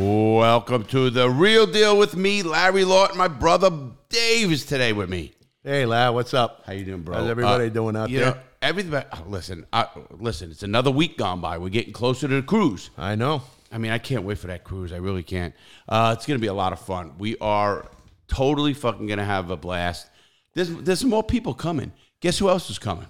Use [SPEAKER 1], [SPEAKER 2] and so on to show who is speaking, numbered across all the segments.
[SPEAKER 1] Welcome to the real deal with me, Larry Lawton. My brother Dave is today with me.
[SPEAKER 2] Hey, lad, what's up?
[SPEAKER 1] How you doing, bro?
[SPEAKER 2] How's everybody
[SPEAKER 1] Uh,
[SPEAKER 2] doing out
[SPEAKER 1] you
[SPEAKER 2] there?
[SPEAKER 1] Know, everybody. oh, Listen, I, listen. It's another week gone by. We're getting closer to the cruise.
[SPEAKER 2] I know.
[SPEAKER 1] I mean, I can't wait for that cruise. I really can't. Uh, it's gonna be a lot of fun. We are totally fucking gonna have a blast. There's there's more people coming. Guess who else is coming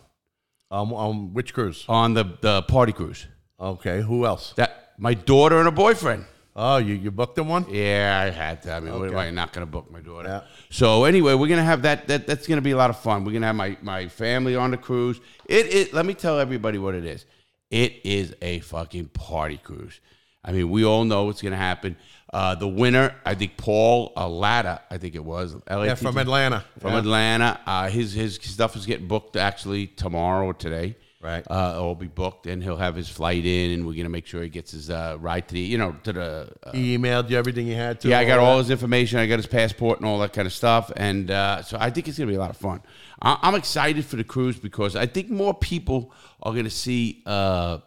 [SPEAKER 2] Um, um, which cruise?
[SPEAKER 1] on the the party cruise?
[SPEAKER 2] Okay, who else?
[SPEAKER 1] That my daughter and her boyfriend.
[SPEAKER 2] Oh, you, you booked the one?
[SPEAKER 1] Yeah, I had to. I mean, what am
[SPEAKER 2] Okay.
[SPEAKER 1] I not going to book my daughter?
[SPEAKER 2] Yeah.
[SPEAKER 1] So anyway, we're gonna have that. That that's gonna be a lot of fun. We're gonna have my my family on the cruise. It it. Let me tell everybody what it is. It is a fucking party cruise. I mean, we all know what's gonna happen. Uh, the winner, I think, Paul Alatta, I think it was.
[SPEAKER 2] Yeah, from Atlanta.
[SPEAKER 1] From
[SPEAKER 2] Yeah.
[SPEAKER 1] Atlanta. Uh, his his stuff is getting booked actually tomorrow or today.
[SPEAKER 2] Right.
[SPEAKER 1] Uh, it'll be booked, and he'll have his flight in, and we're gonna make sure he gets his uh, ride to the you know to the uh,
[SPEAKER 2] He emailed you everything you had to.
[SPEAKER 1] yeah, I got
[SPEAKER 2] that.
[SPEAKER 1] all his information. I got his passport and all that kind of stuff. And uh, so I think it's going to be a lot of fun. I- I'm excited for the cruise because I think more people are going to see uh,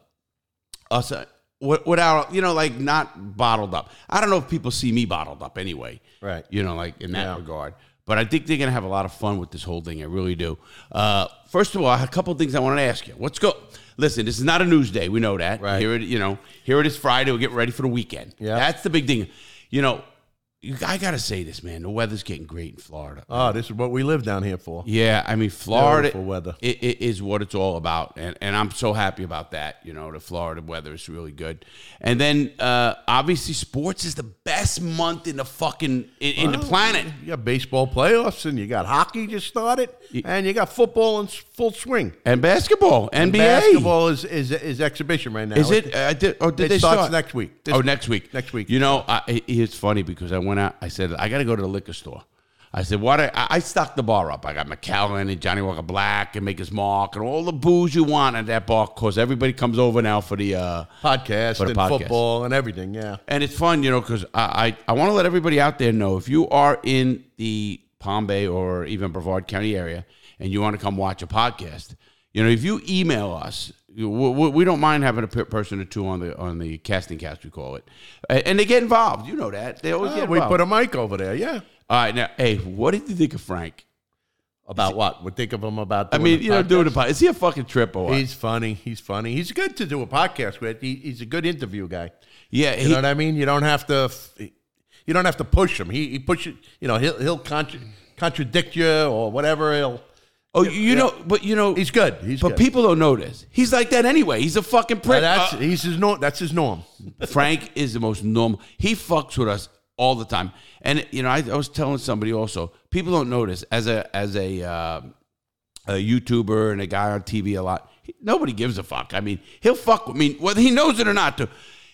[SPEAKER 1] us uh, wi- without, you know, like not bottled up. I don't know if people see me bottled up anyway.
[SPEAKER 2] Right.
[SPEAKER 1] You know, like in that
[SPEAKER 2] Yeah.
[SPEAKER 1] regard. But I think they're going to have a lot of fun with this whole thing. I really do. Uh, first of all, I have a couple of things I wanted to ask you. Let's go. Listen, this is not a news day. We know that.
[SPEAKER 2] Right.
[SPEAKER 1] Here it, you know, here it is Friday. We're getting ready for the weekend.
[SPEAKER 2] Yeah.
[SPEAKER 1] That's the big thing. You know, you- I got to say this, man. The weather's getting great in Florida.
[SPEAKER 2] Oh, this is what we live down here for.
[SPEAKER 1] Yeah, I mean, Florida
[SPEAKER 2] Beautiful weather.
[SPEAKER 1] i- i- is what it's all about, and and I'm so happy about that. You know, the Florida weather is really good, and then uh, obviously sports is the best month in the fucking in, in the planet.
[SPEAKER 2] You got baseball playoffs, and you got hockey just started, and you got football in s- full swing.
[SPEAKER 1] And basketball, NBA.
[SPEAKER 2] Basketball is, is is exhibition right now.
[SPEAKER 1] Is it? I did, or did
[SPEAKER 2] It
[SPEAKER 1] they
[SPEAKER 2] starts
[SPEAKER 1] start?
[SPEAKER 2] next week. This-
[SPEAKER 1] oh, next week.
[SPEAKER 2] Next week.
[SPEAKER 1] You know, I, it- it's funny because I went out. I said I got to go to the liquor store. I said, "What?" I, I stocked the bar up. I got McAllen and Johnny Walker Black and Maker's Mark and all the booze you want at that bar because everybody comes over now for the. uh
[SPEAKER 2] Podcast
[SPEAKER 1] For the
[SPEAKER 2] and
[SPEAKER 1] podcast.
[SPEAKER 2] football and everything. Yeah,
[SPEAKER 1] And it's fun, you know, because I I, I want to let everybody out there know if you are in the Palm Bay or even Brevard County area and you want to come watch a podcast, you know, if you email us, you- we, we- we don't mind having a per- person or two on the on the casting cast we call it, A- and they get involved. You know that they always
[SPEAKER 2] Oh,
[SPEAKER 1] get
[SPEAKER 2] we
[SPEAKER 1] involved.
[SPEAKER 2] put a mic over there. Yeah,
[SPEAKER 1] All right, now, hey, what did you think of Frank?
[SPEAKER 2] about what? We think of him about.
[SPEAKER 1] I
[SPEAKER 2] doing
[SPEAKER 1] mean,
[SPEAKER 2] the
[SPEAKER 1] you know,
[SPEAKER 2] podcast.
[SPEAKER 1] doing a pod. Is he a fucking trip or what?
[SPEAKER 2] He's funny. He's funny. He's good to do a podcast with. He, he's a good interview guy.
[SPEAKER 1] yeah,
[SPEAKER 2] You
[SPEAKER 1] he-
[SPEAKER 2] know what I mean? You don't have to. f- You don't have to push him. He, he pushes. You know, he'll he'll contra- contradict you or whatever. He'll.
[SPEAKER 1] oh, you know, but you know,
[SPEAKER 2] He's good. He's
[SPEAKER 1] but
[SPEAKER 2] good.
[SPEAKER 1] people don't know this. He's like that anyway. He's a fucking prick.
[SPEAKER 2] Now that's
[SPEAKER 1] Uh,
[SPEAKER 2] he's his norm. That's his norm.
[SPEAKER 1] Frank is the most normal. He fucks with us all the time. And you know, I, I was telling somebody also, people don't notice as a as a uh, a YouTuber and a guy on TV a lot. he- nobody gives a fuck. I mean, he'll fuck with me whether he knows it or not. To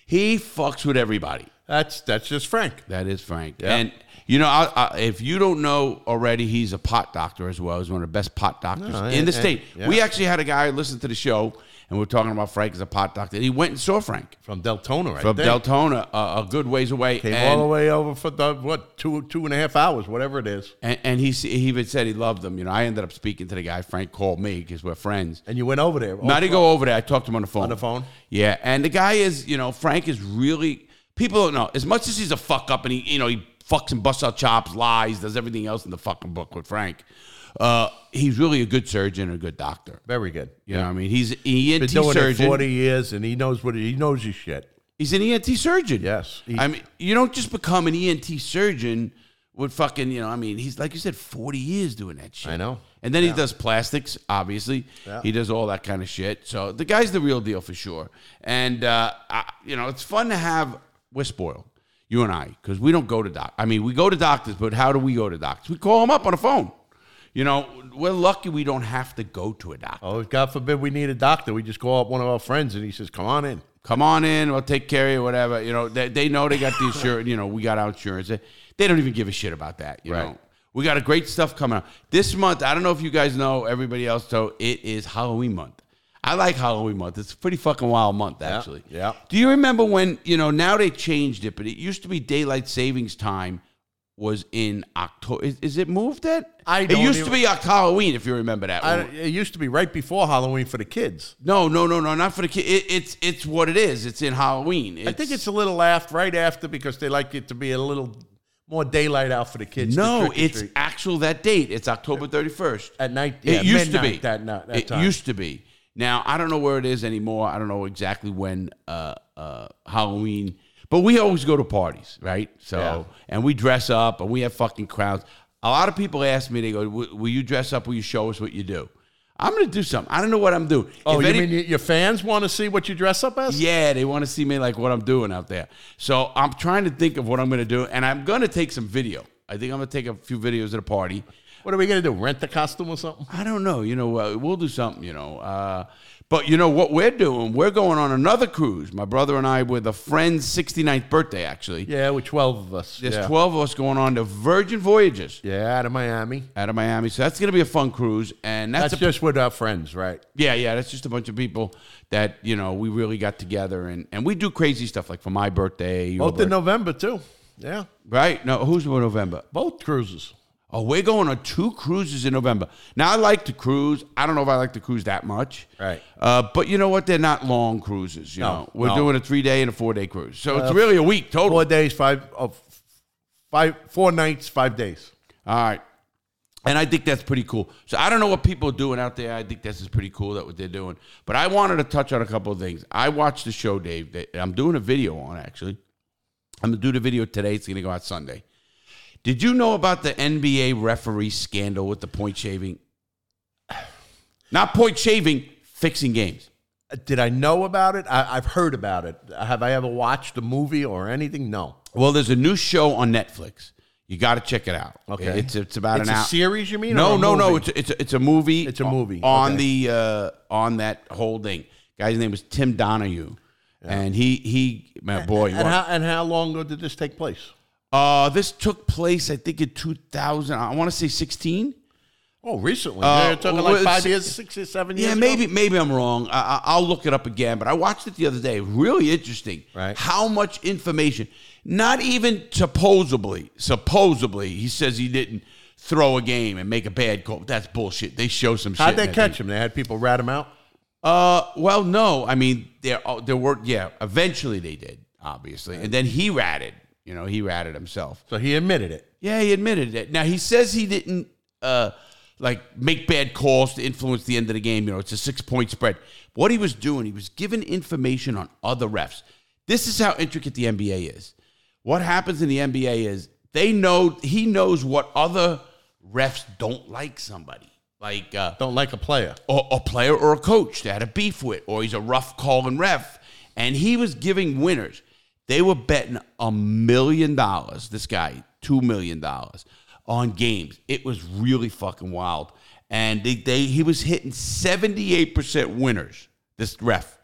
[SPEAKER 1] he fucks with everybody.
[SPEAKER 2] That's that's just Frank.
[SPEAKER 1] That is Frank. And you know, I, I, if you don't know already, he's a pot doctor as well. He's one of the best pot doctors
[SPEAKER 2] No,
[SPEAKER 1] in the
[SPEAKER 2] and-
[SPEAKER 1] state.
[SPEAKER 2] and-
[SPEAKER 1] We
[SPEAKER 2] yeah.
[SPEAKER 1] actually had a guy listen to the show, and we are talking about Frank as a pot doctor. He went and saw Frank
[SPEAKER 2] From Deltona, right?
[SPEAKER 1] from Deltona, uh, a good ways away.
[SPEAKER 2] Came
[SPEAKER 1] and,
[SPEAKER 2] all the way over for the what two two and a half hours, whatever it is.
[SPEAKER 1] and, and he s- he even said he loved them. You know, I ended up speaking to the guy. Frank called me because we're friends.
[SPEAKER 2] And you went over there.
[SPEAKER 1] Now to go over there, I talked to him on the phone.
[SPEAKER 2] Oh, On the phone?
[SPEAKER 1] Yeah, and the guy is, you know, Frank is really. People don't know as much as he's a fuck up, and he, you know, he fucks and busts out chops, lies, does everything else in the fucking book with Frank. Uh, he's really a good surgeon and a good doctor.
[SPEAKER 2] Very good.
[SPEAKER 1] You know, what I mean, he's an ENT
[SPEAKER 2] Been doing
[SPEAKER 1] surgeon.
[SPEAKER 2] it forty years, and he knows what he, he knows his shit.
[SPEAKER 1] He's an ENT surgeon.
[SPEAKER 2] Yes. He-
[SPEAKER 1] I mean, you don't just become an ENT surgeon with fucking, you know, I mean, he's like you said, 40 years doing that shit.
[SPEAKER 2] I know.
[SPEAKER 1] And then he does plastics, obviously.
[SPEAKER 2] Yeah.
[SPEAKER 1] He does all that kind of shit. So the guy's the real deal for sure. And, uh, I, you know, it's fun to have, we're spoiled, you and I, because we don't go to doc. I mean, we go to doctors, but how do we go to doctors? We call them up on the phone. You know, we're lucky we don't have to go to a doctor.
[SPEAKER 2] Oh, God forbid we need a doctor. We just call up one of our friends, and he says, "Come on in."
[SPEAKER 1] come on in, we'll take care of you, whatever. You know, they, they know they got the insurance, you know, we got our insurance. They, they don't even give a shit about that, you
[SPEAKER 2] Right.
[SPEAKER 1] know. We got a great stuff coming out. This month, I don't know if you guys know, everybody else, though, it is Halloween month. I like Halloween month. It's a pretty fucking wild month, actually.
[SPEAKER 2] yeah.
[SPEAKER 1] Do you remember when, you know, now they changed it, but it used to be daylight savings time was in October. Is, is it moved yet?
[SPEAKER 2] I
[SPEAKER 1] it
[SPEAKER 2] don't
[SPEAKER 1] used to
[SPEAKER 2] even-
[SPEAKER 1] be Oct- Halloween, if you remember that.
[SPEAKER 2] I,
[SPEAKER 1] one.
[SPEAKER 2] it used to be right before Halloween for the kids.
[SPEAKER 1] no, no, no, no, not for the kid. It, it's it's what it is. It's in Halloween.
[SPEAKER 2] I think it's a little after, right after, because they like it to be a little more daylight out for the kids. to
[SPEAKER 1] no,
[SPEAKER 2] trick or
[SPEAKER 1] it's
[SPEAKER 2] treat.
[SPEAKER 1] actual that date. It's October thirty first.
[SPEAKER 2] at night. yeah,
[SPEAKER 1] It used to be
[SPEAKER 2] midnight that night. That
[SPEAKER 1] it
[SPEAKER 2] time.
[SPEAKER 1] used to be. Now I don't know where it is anymore. I don't know exactly when uh, uh, Halloween, but we always go to parties, right? So
[SPEAKER 2] Yeah.
[SPEAKER 1] and we dress up and we have fucking crowds. A lot of people ask me, they go, "Will will you dress up? Will you show us what you do?" I'm gonna do something. I don't know what I'm doing.
[SPEAKER 2] oh,
[SPEAKER 1] If
[SPEAKER 2] you
[SPEAKER 1] any-
[SPEAKER 2] mean y- your fans want to see what you dress up as?
[SPEAKER 1] yeah, they want to see me like what I'm doing out there. So I'm trying to think of what I'm gonna do, and I'm gonna take some video. I think I'm gonna take a few videos of the party.
[SPEAKER 2] What are we gonna do? Rent the costume or something?
[SPEAKER 1] I don't know. You know, uh, we'll do something. You know, uh, but you know what we're doing? We're going on another cruise. My brother and I with a friend's 69th birthday. Actually,
[SPEAKER 2] Yeah, with twelve of us.
[SPEAKER 1] there's
[SPEAKER 2] yeah.
[SPEAKER 1] 12 of us going on to Virgin Voyages
[SPEAKER 2] Yeah, out of Miami.
[SPEAKER 1] out of Miami. So that's going to be a fun cruise, and that's,
[SPEAKER 2] That's
[SPEAKER 1] a,
[SPEAKER 2] just with our friends, right?
[SPEAKER 1] yeah, yeah. That's just a bunch of people that you know we really got together, and and we do crazy stuff like for my birthday. your
[SPEAKER 2] Both in
[SPEAKER 1] birth-
[SPEAKER 2] November too. Yeah,
[SPEAKER 1] right? No, who's for November?
[SPEAKER 2] both cruises.
[SPEAKER 1] Oh, we're going on two cruises in November. Now I like to cruise. I don't know if I like to cruise that much.
[SPEAKER 2] Right.
[SPEAKER 1] Uh, but you know what? They're not long cruises. You
[SPEAKER 2] No,
[SPEAKER 1] know, we're
[SPEAKER 2] no. Uh,
[SPEAKER 1] doing a three day and a four day cruise, so it's really a week total.
[SPEAKER 2] Four days, five of five, four nights, five days.
[SPEAKER 1] All right. And I think that's pretty cool. So I don't know what people are doing out there. I think this is pretty cool that what they're doing. But I wanted to touch on a couple of things. I watched the show, Dave. That I'm doing a video on actually. I'm gonna do the video today. It's gonna go out Sunday. Did you know about the NBA referee scandal with the point shaving? Not point shaving, fixing games.
[SPEAKER 2] Uh, Did I know about it? I, I've heard about it. Have I ever watched a movie or anything? No.
[SPEAKER 1] Well, there's a new show on Netflix. You got to check it out.
[SPEAKER 2] Okay.
[SPEAKER 1] it's it's about
[SPEAKER 2] It's
[SPEAKER 1] an
[SPEAKER 2] a
[SPEAKER 1] hour.
[SPEAKER 2] series, you mean?
[SPEAKER 1] No,
[SPEAKER 2] or a
[SPEAKER 1] no, no.
[SPEAKER 2] movie?
[SPEAKER 1] It's a, it's a, it's a movie.
[SPEAKER 2] It's a movie.
[SPEAKER 1] on
[SPEAKER 2] Okay.
[SPEAKER 1] the uh, on that whole thing. Guy's name was Tim Donahue, and he he man, boy. he
[SPEAKER 2] and
[SPEAKER 1] wa-
[SPEAKER 2] how and how long ago did this take place?
[SPEAKER 1] uh, this took place, I think, in 2000. I want to say 16.
[SPEAKER 2] Oh, recently.
[SPEAKER 1] Uh,
[SPEAKER 2] You're talking
[SPEAKER 1] well,
[SPEAKER 2] like five
[SPEAKER 1] it's-
[SPEAKER 2] years, six years, seven years.
[SPEAKER 1] Yeah,
[SPEAKER 2] ago?
[SPEAKER 1] maybe maybe I'm wrong. I, I- I'll look it up again. But I watched it the other day. Really interesting.
[SPEAKER 2] Right.
[SPEAKER 1] How much information? Not even supposedly. Supposedly, he says he didn't throw a game and make a bad call. That's bullshit. They show some. shit
[SPEAKER 2] How'd they
[SPEAKER 1] in that thing.
[SPEAKER 2] catch him? They had people rat him out.
[SPEAKER 1] Uh, well, no. I mean, there oh, there were yeah. Eventually, they did obviously, and then he ratted. You know, he ratted himself.
[SPEAKER 2] So he admitted it.
[SPEAKER 1] Yeah, he admitted it. Now he says he didn't uh like make bad calls to influence the end of the game. You know, it's a six point spread. What he was doing, he was giving information on other refs. This is how intricate the NBA is. What happens in the NBA is they know he knows what other refs don't like somebody. Like uh
[SPEAKER 2] Don't like a player.
[SPEAKER 1] or a player or a coach that had a beef with, or he's a rough calling ref. And he was giving winners. They were betting a million dollars, this guy, two million dollars on games. It was really fucking wild. And they, they he was hitting 78% winners, this ref.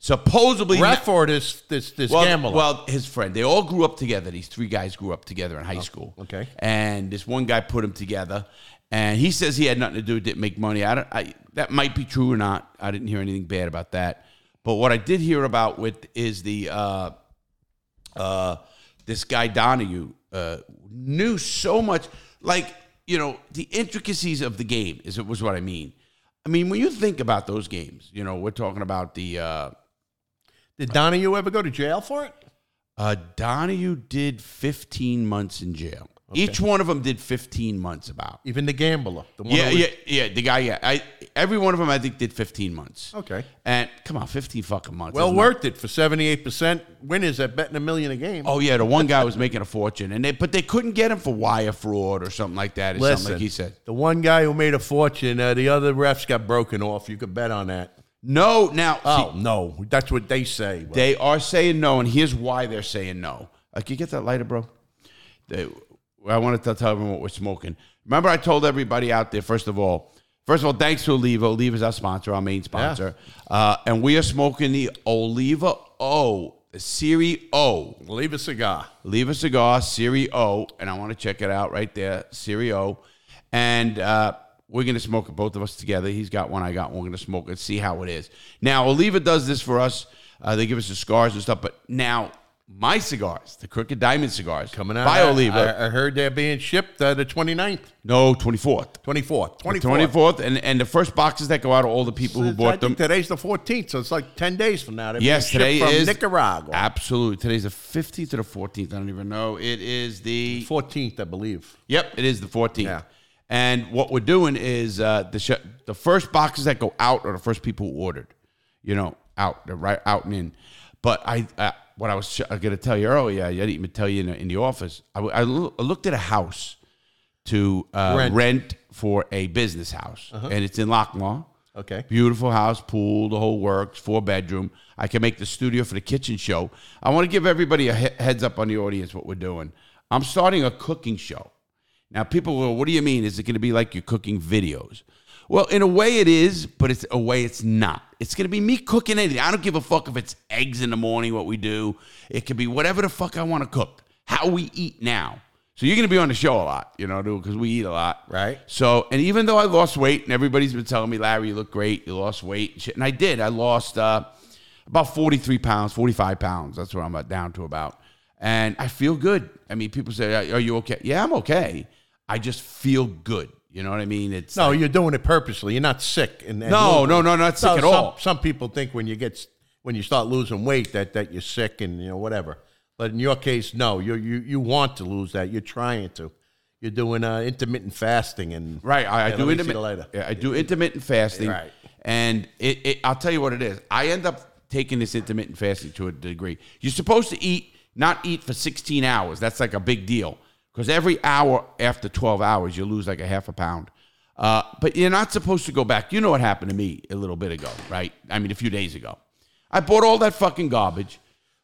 [SPEAKER 1] Supposedly
[SPEAKER 2] Rat for this this this
[SPEAKER 1] well,
[SPEAKER 2] gambler.
[SPEAKER 1] well, his friend. They all grew up together. These three guys grew up together in high school.
[SPEAKER 2] Oh, okay.
[SPEAKER 1] And this one guy put them together, and he says he had nothing to do. Didn't make money. I don't. I, that might be true or not. I didn't hear anything bad about that. But what I did hear about with is the uh, uh, this guy Donahue uh, knew so much, like you know, the intricacies of the game is was what I mean. I mean, when you think about those games, you know, we're talking about the. Uh,
[SPEAKER 2] Did Donahue ever go to jail for it?
[SPEAKER 1] Uh, Donahue did 15 months in jail. Each one of them did 15 months about.
[SPEAKER 2] Even the gambler. The one
[SPEAKER 1] Yeah,
[SPEAKER 2] who was-
[SPEAKER 1] yeah, yeah. The guy, yeah. I, every one of them, I think, did 15 months.
[SPEAKER 2] Okay.
[SPEAKER 1] And come on, 15 fucking months.
[SPEAKER 2] Well
[SPEAKER 1] isn't
[SPEAKER 2] worth it for seventy eight percent winners at betting a million a game.
[SPEAKER 1] it? Oh yeah, the one guy was making a fortune, and they but they couldn't get him for wire fraud or something like that. Or something like he said.
[SPEAKER 2] the one guy who made a fortune, uh, the other refs got broken off. You could bet on that.
[SPEAKER 1] No, now see,
[SPEAKER 2] Oh no, that's what they say. but-
[SPEAKER 1] They are saying no, and here's why they're saying no. Uh, can you get that lighter, bro? They, I wanted to tell everyone what we're smoking. Remember, I told everybody out there, first of all, first of all, thanks to Oliva. Oliva is our sponsor, our main sponsor. Uh, and we are smoking the Oliva O, the Siri O.
[SPEAKER 2] Leave a cigar.
[SPEAKER 1] Leave a cigar, Siri O, and I want to check it out right there, Siri O. And uh, we're going to smoke it, both of us together. He's got one, I got one. We're going to smoke it, see how it is. Now, Oliva does this for us. Uh, they give us the scars and stuff, but now my cigars, the Crooked Diamond cigars,
[SPEAKER 2] Coming out.
[SPEAKER 1] Bio
[SPEAKER 2] I-
[SPEAKER 1] Leaf, uh,
[SPEAKER 2] I, I heard they're being shipped uh, the 29th,
[SPEAKER 1] no, twenty fourth,
[SPEAKER 2] 24th, 24th.
[SPEAKER 1] twenty fourth, and and the first boxes that go out are all the people who
[SPEAKER 2] I
[SPEAKER 1] bought
[SPEAKER 2] think
[SPEAKER 1] them.
[SPEAKER 2] Today's the 14th, so it's like 10 days from now. They're being
[SPEAKER 1] Yes,
[SPEAKER 2] shipped
[SPEAKER 1] today
[SPEAKER 2] from
[SPEAKER 1] is
[SPEAKER 2] Nicaragua.
[SPEAKER 1] Absolutely, today's the fifteenth or the fourteenth. I don't even know. It is the
[SPEAKER 2] 14th, I believe.
[SPEAKER 1] Yep, it is the 14th.
[SPEAKER 2] Yeah.
[SPEAKER 1] And what we're doing is uh, the sh- the first boxes that go out are the first people who ordered, you know, out they're right out and in. But I uh, what I was sh- going to tell you earlier, I didn't even tell you in the, in the office. I, w- I loo- I looked at a house to uh,
[SPEAKER 2] Rent. Uh-huh.
[SPEAKER 1] rent. for a business house, and it's in Lockmore.
[SPEAKER 2] Okay.
[SPEAKER 1] Beautiful house, pool, the whole works, four bedroom. I can make the studio for the kitchen show. I want to give everybody a he- heads up on the audience what we're doing. I'm starting a cooking show. Now, people will, what do you mean? Is it going to be like you're cooking videos? Well, in a way it is, but it's a way it's not. It's going to be me cooking anything. I don't give a fuck if it's eggs in the morning, what we do. It could be whatever the fuck I want to cook, how we eat now. So you're going to be on the show a lot, you know, because we eat a lot.
[SPEAKER 2] Right.
[SPEAKER 1] So, and even though I lost weight, and everybody's been telling me, Larry, you look great, you lost weight, and shit, and I did. I lost uh, about 43 pounds, 45 pounds. That's what I'm uh, down to about. And I feel good. I mean, people say, Are you okay? Yeah, I'm okay. I just feel good. You know what I mean? It's
[SPEAKER 2] No, you're doing it purposely. You're not sick. And, and
[SPEAKER 1] no,
[SPEAKER 2] losing-
[SPEAKER 1] no, no, not sick
[SPEAKER 2] No,
[SPEAKER 1] at
[SPEAKER 2] some,
[SPEAKER 1] all.
[SPEAKER 2] Some people think when you get s- when you start losing weight that that you're sick and you know whatever. But in your case, no, you you you want to lose that. You're trying to. You're doing uh, intermittent fasting and
[SPEAKER 1] Right. I, I do
[SPEAKER 2] Yeah, let me see the
[SPEAKER 1] intermittent.
[SPEAKER 2] lighter.
[SPEAKER 1] Yeah, I do intermittent fasting.
[SPEAKER 2] Right.
[SPEAKER 1] And it, it, I'll tell you what it is. I end up taking this intermittent fasting to a degree. You're supposed to eat, not eat for 16 hours. That's like a big deal because every hour after 12 hours, you lose like a half a pound. Uh, but you're not supposed to go back. You know what happened to me a little bit ago, right? I mean, a few days ago. I bought all that fucking garbage.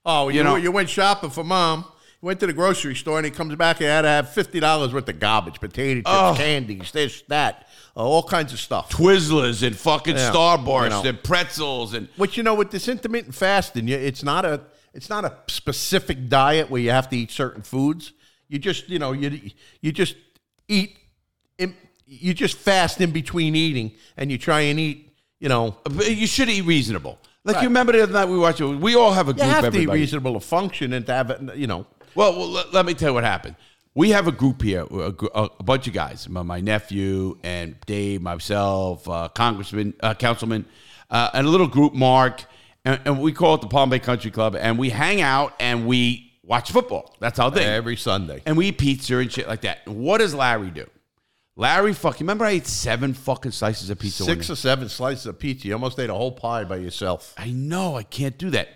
[SPEAKER 2] Oh, you,
[SPEAKER 1] You know-
[SPEAKER 2] you went shopping for mom. You went to the grocery store and he comes back and had to have fifty dollars worth of garbage, potato chips,
[SPEAKER 1] Oh.
[SPEAKER 2] candies, this, that, uh, all kinds of stuff.
[SPEAKER 1] Twizzlers and fucking
[SPEAKER 2] Yeah,
[SPEAKER 1] Starburst
[SPEAKER 2] you know.
[SPEAKER 1] and pretzels and
[SPEAKER 2] Which you know, with this intermittent fasting, you- it's not a it's not a specific diet where you have to eat certain foods. You just you know you you just eat in, you just fast in between eating, and you try and eat. You know,
[SPEAKER 1] But you should eat reasonable. Like
[SPEAKER 2] Right.
[SPEAKER 1] you remember the other night we watched it. We all have a
[SPEAKER 2] you
[SPEAKER 1] group.
[SPEAKER 2] have to be
[SPEAKER 1] everybody.
[SPEAKER 2] reasonable to function and to have you know.
[SPEAKER 1] Well, well let, let me tell you what happened. We have a group here, a, gr- a, a bunch of guys, my, my nephew and Dave, myself, uh, Congressman, uh, Councilman, uh, and a little group, Mark, and, and we call it the Palm Bay Country Club, and we hang out and we watch football. That's our thing.
[SPEAKER 2] Every Sunday,
[SPEAKER 1] And we eat pizza and shit like that. What does Larry do? Larry fucking, remember I ate seven fucking slices of pizza. one day?
[SPEAKER 2] six or seven slices of pizza. You almost ate a whole pie by yourself
[SPEAKER 1] I know I can't do that.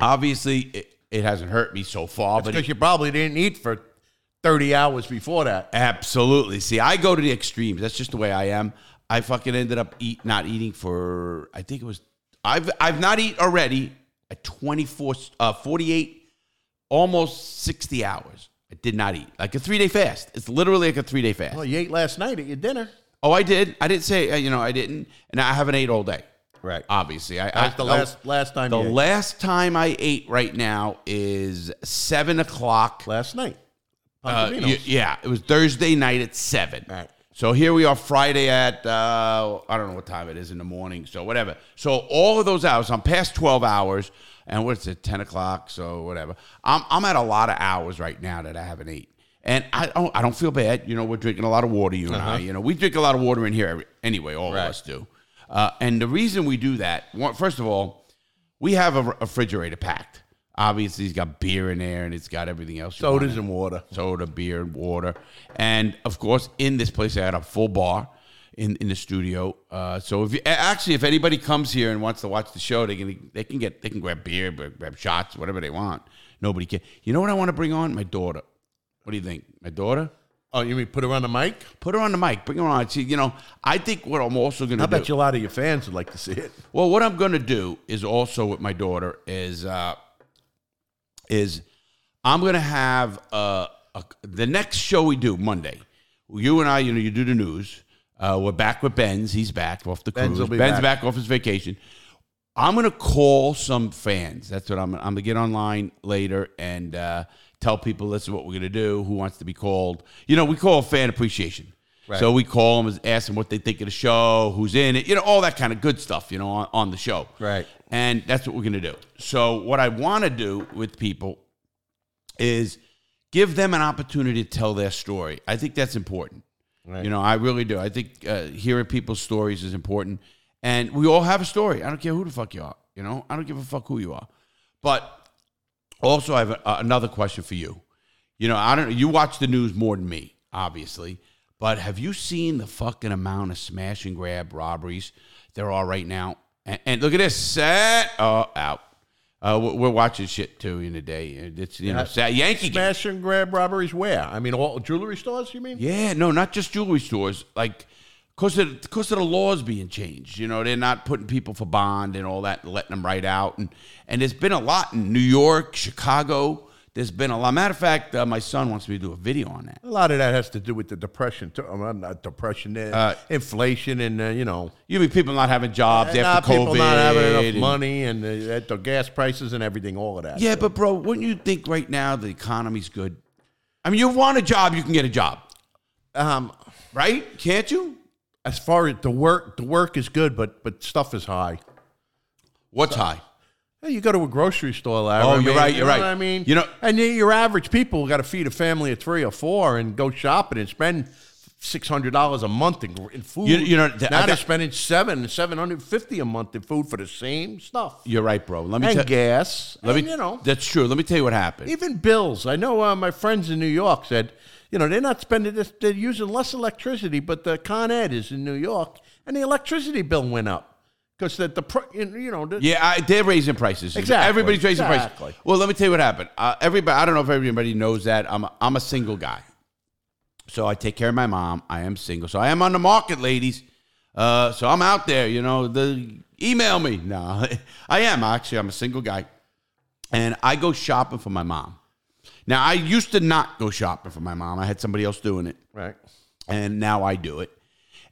[SPEAKER 1] Obviously, it, it hasn't hurt me so far, but it-
[SPEAKER 2] because you probably didn't eat for thirty hours before that.
[SPEAKER 1] absolutely. See, I go to the extremes. That's just the way I am. I fucking ended up eat not eating for I think it was I've I've not eaten already at 24 uh 48 almost 60 hours. I did not eat. Like a 3-day fast. It's literally like a 3-day fast.
[SPEAKER 2] Well, you ate last night at your dinner.
[SPEAKER 1] Oh, I did. I didn't say uh, you know, I didn't and I haven't ate all day.
[SPEAKER 2] Right.
[SPEAKER 1] Obviously. I
[SPEAKER 2] That's
[SPEAKER 1] I,
[SPEAKER 2] the
[SPEAKER 1] I-
[SPEAKER 2] last last time.
[SPEAKER 1] The
[SPEAKER 2] you ate.
[SPEAKER 1] last time I ate right now is seven o'clock.
[SPEAKER 2] last night.
[SPEAKER 1] Uh,
[SPEAKER 2] Pamelinos.
[SPEAKER 1] y- yeah, it was Thursday night at seven.
[SPEAKER 2] Right.
[SPEAKER 1] So here we are Friday at uh, I don't know what time it is in the morning. So whatever. So all of those hours, I'm past twelve hours, and what's it, ten o'clock? So whatever. I'm I'm at a lot of hours right now that I haven't eaten, and I don't I don't feel bad. You know, we're drinking a lot of water. You and I. You know, we drink a lot of water in here every, anyway. all
[SPEAKER 2] Uh-huh. Right.
[SPEAKER 1] of us do. Uh, and the reason we do that, one- first of all, we have a re- refrigerator packed. Obviously, it's got beer in there, and it's got everything else. you want in
[SPEAKER 2] sodas and water.
[SPEAKER 1] soda, beer, and water. And of course, in this place, I had a full bar in, in the studio. Uh, so if you, a- actually, if anybody comes here and wants to watch the show, they can they can get they can grab beer, gra- grab shots, whatever they want. Nobody can. You know what I want to bring on? My daughter. What do you think? My daughter.
[SPEAKER 2] Oh, you mean put her on the mic?
[SPEAKER 1] Put her on the mic. Bring her on. See, you know, I think what I'm also going
[SPEAKER 2] I
[SPEAKER 1] to do.
[SPEAKER 2] bet you a lot of your fans would like to see it.
[SPEAKER 1] Well, what I'm going to do is also with my daughter is uh, is I'm going to have uh, a, the next show we do Monday. You and I, you know, you do the news. Uh, we're back with Ben's. He's back off the cruise.
[SPEAKER 2] Ben's will be
[SPEAKER 1] Ben's
[SPEAKER 2] back.
[SPEAKER 1] back off his vacation. I'm gonna call some fans. That's what I'm. I'm gonna get online later and uh, tell people this is what we're gonna do. Who wants to be called? You know, we call fan appreciation.
[SPEAKER 2] Right.
[SPEAKER 1] So we call them, ask them what they think of the show, who's in it, you know, all that kind of good stuff, you know, on, on the show.
[SPEAKER 2] Right.
[SPEAKER 1] And that's what we're going to do. So what I want to do with people is give them an opportunity to tell their story. I think that's important. You know, I really do. I think uh, hearing people's stories is important. And we all have a story. I don't care who the fuck you are. You know, I don't give a fuck who you are. But also, I have a, another question for you. You know, I don't. You watch the news more than me, obviously. But have you seen the fucking amount of smash and grab robberies there are right now? And, and look at this set uh, out. Uh, we're we're watching shit too in the day. It's you know sad Yankee game.
[SPEAKER 2] Smash and grab robberies where? I mean, all jewelry stores, you mean?
[SPEAKER 1] Yeah, no, not just jewelry stores. Like, cause of, cause of the laws being changed. You know, they're not putting people for bond and all that, letting them right out. And and there's been a lot in New York, Chicago. There's been a lot. Matter of fact, uh, my son wants me to do a video on that.
[SPEAKER 2] A lot of that has to do with the depression, too. I mean, not depression, uh, inflation, and, uh, you know,
[SPEAKER 1] You mean people not having jobs after
[SPEAKER 2] not
[SPEAKER 1] COVID?
[SPEAKER 2] people not having enough
[SPEAKER 1] and-
[SPEAKER 2] money and uh, the gas prices and everything, all of that.
[SPEAKER 1] Yeah, but bro, wouldn't you think right now the economy's good? I mean, you want a job, you can get a job,
[SPEAKER 2] Um,
[SPEAKER 1] right? Can't you?
[SPEAKER 2] as far as the work, the work is good, but but stuff is high.
[SPEAKER 1] What's high?
[SPEAKER 2] Hey, you go to a grocery store, Larry.
[SPEAKER 1] Oh,
[SPEAKER 2] I
[SPEAKER 1] you're
[SPEAKER 2] mean,
[SPEAKER 1] right,
[SPEAKER 2] you
[SPEAKER 1] you're
[SPEAKER 2] know
[SPEAKER 1] right.
[SPEAKER 2] What I mean,
[SPEAKER 1] You know-
[SPEAKER 2] and then your average people got to feed a family of three or four and go shopping and spend six hundred dollars a month in, in food.
[SPEAKER 1] You- you know, th-
[SPEAKER 2] now
[SPEAKER 1] I
[SPEAKER 2] they're
[SPEAKER 1] got-
[SPEAKER 2] spending seven seven hundred fifty a month in food for the same stuff
[SPEAKER 1] You're right, bro. Let me
[SPEAKER 2] and
[SPEAKER 1] tell
[SPEAKER 2] gas.
[SPEAKER 1] let
[SPEAKER 2] and,
[SPEAKER 1] me
[SPEAKER 2] you know,
[SPEAKER 1] that's true. Let me tell you what happened.
[SPEAKER 2] even bills. I know uh, my friends in New York said, you know, they're not spending this. They're using less electricity, but the Con Ed is in New York, and the electricity bill went up because the the pr- you know the,
[SPEAKER 1] Yeah, I, they're raising prices.
[SPEAKER 2] Exactly,
[SPEAKER 1] Everybody's raising
[SPEAKER 2] exactly.
[SPEAKER 1] prices. Well, let me tell you what happened. Uh, everybody, I don't know if everybody knows that. I'm a, I'm a single guy. So I take care of my mom. I am single. So I am on the market, ladies. Uh, so I'm out there, you know, the email me. No, I am actually. I'm a single guy. And I go shopping for my mom. Now, I used to not go shopping for my mom. I had somebody else doing it
[SPEAKER 2] right.
[SPEAKER 1] and now I do it.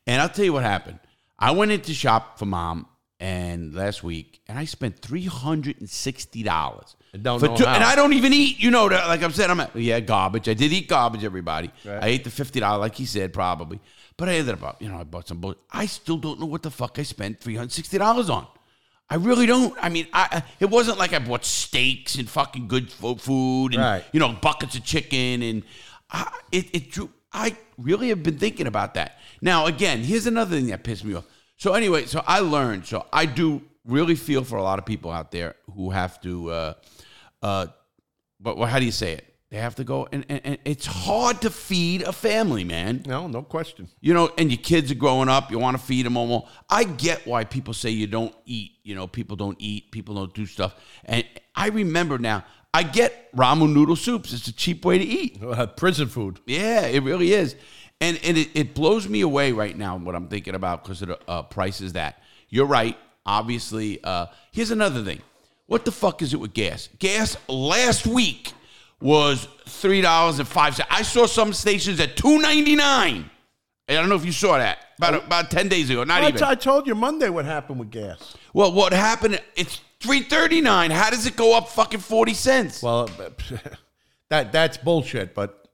[SPEAKER 1] And I'll tell you what happened. I went into shop for mom and last week, and I spent three hundred and sixty dollars.
[SPEAKER 2] don't know how.
[SPEAKER 1] and I don't even eat. You know, that- like I'm saying, I'm at, yeah garbage. I did eat garbage. Everybody, I ate the fifty dollar, like he said, probably. But I ended up, out- you know, I bought some. Bull- I still don't know what the fuck I spent three hundred sixty dollars on. I really don't. I mean, I I- it wasn't like I bought steaks and fucking good fo- food and
[SPEAKER 2] Right.
[SPEAKER 1] you know buckets of chicken and I, it it drew. I really have been thinking about that. Now again, here's another thing that pissed me off. So anyway, so I learned. So I do really feel for a lot of people out there who have to, uh, uh, but well, how do you say it? They have to go, and, and, and it's hard to feed a family, man.
[SPEAKER 2] No, no question.
[SPEAKER 1] You know, and your kids are growing up. You want to feed them all. I get why people say you don't eat. You know, people don't eat. People don't do stuff. And I remember now. I get ramen noodle soups. It's a cheap way to eat.
[SPEAKER 2] Uh, prison food.
[SPEAKER 1] Yeah, it really is. And and it, it blows me away right now what I'm thinking about because of the uh, prices that. You're right. Obviously, uh, here's another thing. What the fuck is it with gas? Gas last week was three dollars and five cents. I saw some stations at two ninety nine. I don't know if you saw that
[SPEAKER 2] Oh.
[SPEAKER 1] about about ten days ago. Not
[SPEAKER 2] I,
[SPEAKER 1] even.
[SPEAKER 2] I told you Monday what happened with gas.
[SPEAKER 1] well, what happened? It's three thirty nine. How does it go up fucking forty cents?
[SPEAKER 2] Well, that that's bullshit. But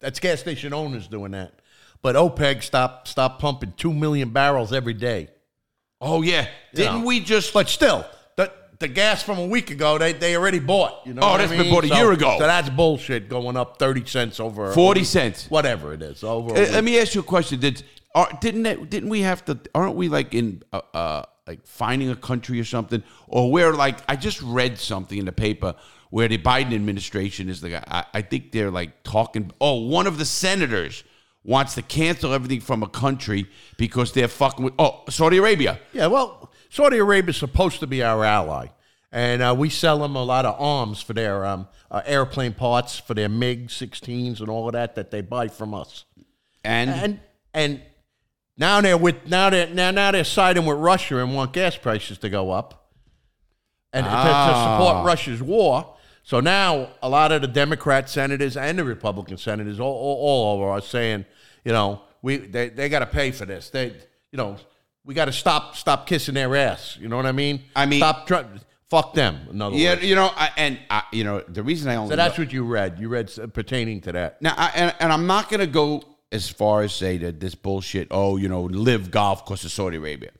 [SPEAKER 2] that's gas station owners doing that. But OPEC stopped stopped pumping two million barrels every day.
[SPEAKER 1] oh yeah, didn't
[SPEAKER 2] know.
[SPEAKER 1] we just
[SPEAKER 2] But still, the the gas from a week ago they, they already bought. You know,
[SPEAKER 1] Oh,
[SPEAKER 2] what I
[SPEAKER 1] that's been
[SPEAKER 2] mean?
[SPEAKER 1] bought a
[SPEAKER 2] So-
[SPEAKER 1] year ago.
[SPEAKER 2] So that's bullshit. Going up thirty cents over
[SPEAKER 1] forty cents?
[SPEAKER 2] whatever it is over. a
[SPEAKER 1] Uh,
[SPEAKER 2] week.
[SPEAKER 1] Let me ask you a question. Did are, didn't that, didn't we have to? Aren't we like in uh, uh like finding a country or something? Or where like I just read something in the paper where the Biden administration is like I, I think they're like talking. Oh, one of the senators wants to cancel everything from a country because they're fucking with oh Saudi Arabia.
[SPEAKER 2] Yeah, well, Saudi Arabia's supposed to be our ally, and uh, we sell them a lot of arms for their um, uh, airplane parts, for their MiG-16s and all of that that they buy from us.
[SPEAKER 1] And,
[SPEAKER 2] And and now they're with now they are now now they're siding with Russia and want gas prices to go up, and to-
[SPEAKER 1] Ah.
[SPEAKER 2] to, support Russia's war. So now a lot of the Democrat senators and the Republican senators all, all, all over are saying, you know, we they, they got to pay for this. They you know we got to stop stop kissing their ass. You know what I mean?
[SPEAKER 1] I mean-
[SPEAKER 2] stop try, fuck them. Another
[SPEAKER 1] yeah,
[SPEAKER 2] way.
[SPEAKER 1] you know, I, and I, you know the reason I only
[SPEAKER 2] So that's what you read. You read s- pertaining to that.
[SPEAKER 1] Now, I, and, and I'm not going to go as far as say that this bullshit, oh, you know, live golf course of Saudi Arabia.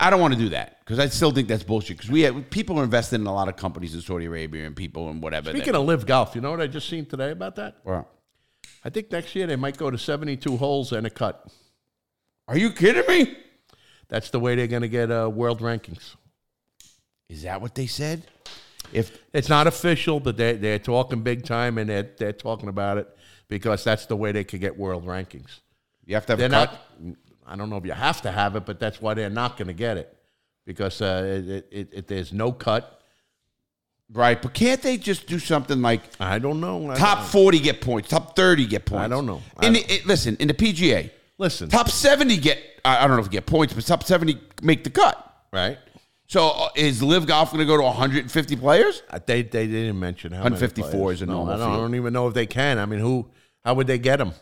[SPEAKER 1] I don't want to do that because I still think that's bullshit. Because we have, people are invested in a lot of companies in Saudi Arabia and people and whatever.
[SPEAKER 2] Speaking of live golf, you know what I just seen today about that?
[SPEAKER 1] Wow.
[SPEAKER 2] I think next year they might go to 72 holes and a cut.
[SPEAKER 1] are you kidding me?
[SPEAKER 2] That's the way they're going to get uh, world rankings.
[SPEAKER 1] Is that what they said? If
[SPEAKER 2] It's not official, but they're, they're talking big time and they're, they're talking about it because that's the way they could get world rankings.
[SPEAKER 1] you have to have
[SPEAKER 2] They're
[SPEAKER 1] a cut,
[SPEAKER 2] not, I don't know if you have to have it, but that's why they're not going to get it because uh, it, it, it, there's no cut.
[SPEAKER 1] right? But can't they just do something like
[SPEAKER 2] I don't know. I
[SPEAKER 1] top
[SPEAKER 2] don't-
[SPEAKER 1] forty get points, top thirty get points?
[SPEAKER 2] don't know.
[SPEAKER 1] In the, it, listen, in the PGA,
[SPEAKER 2] Listen,
[SPEAKER 1] top seventy get I, I don't know if you get points, but top seventy make the cut.
[SPEAKER 2] right?
[SPEAKER 1] So uh, is Live Golf going to go to 150 players?
[SPEAKER 2] Uh, They, they didn't mention how
[SPEAKER 1] 154
[SPEAKER 2] many players.
[SPEAKER 1] is a
[SPEAKER 2] No,
[SPEAKER 1] normal
[SPEAKER 2] I don't, I
[SPEAKER 1] field.
[SPEAKER 2] don't even know if they can. I mean, who? How would they get them?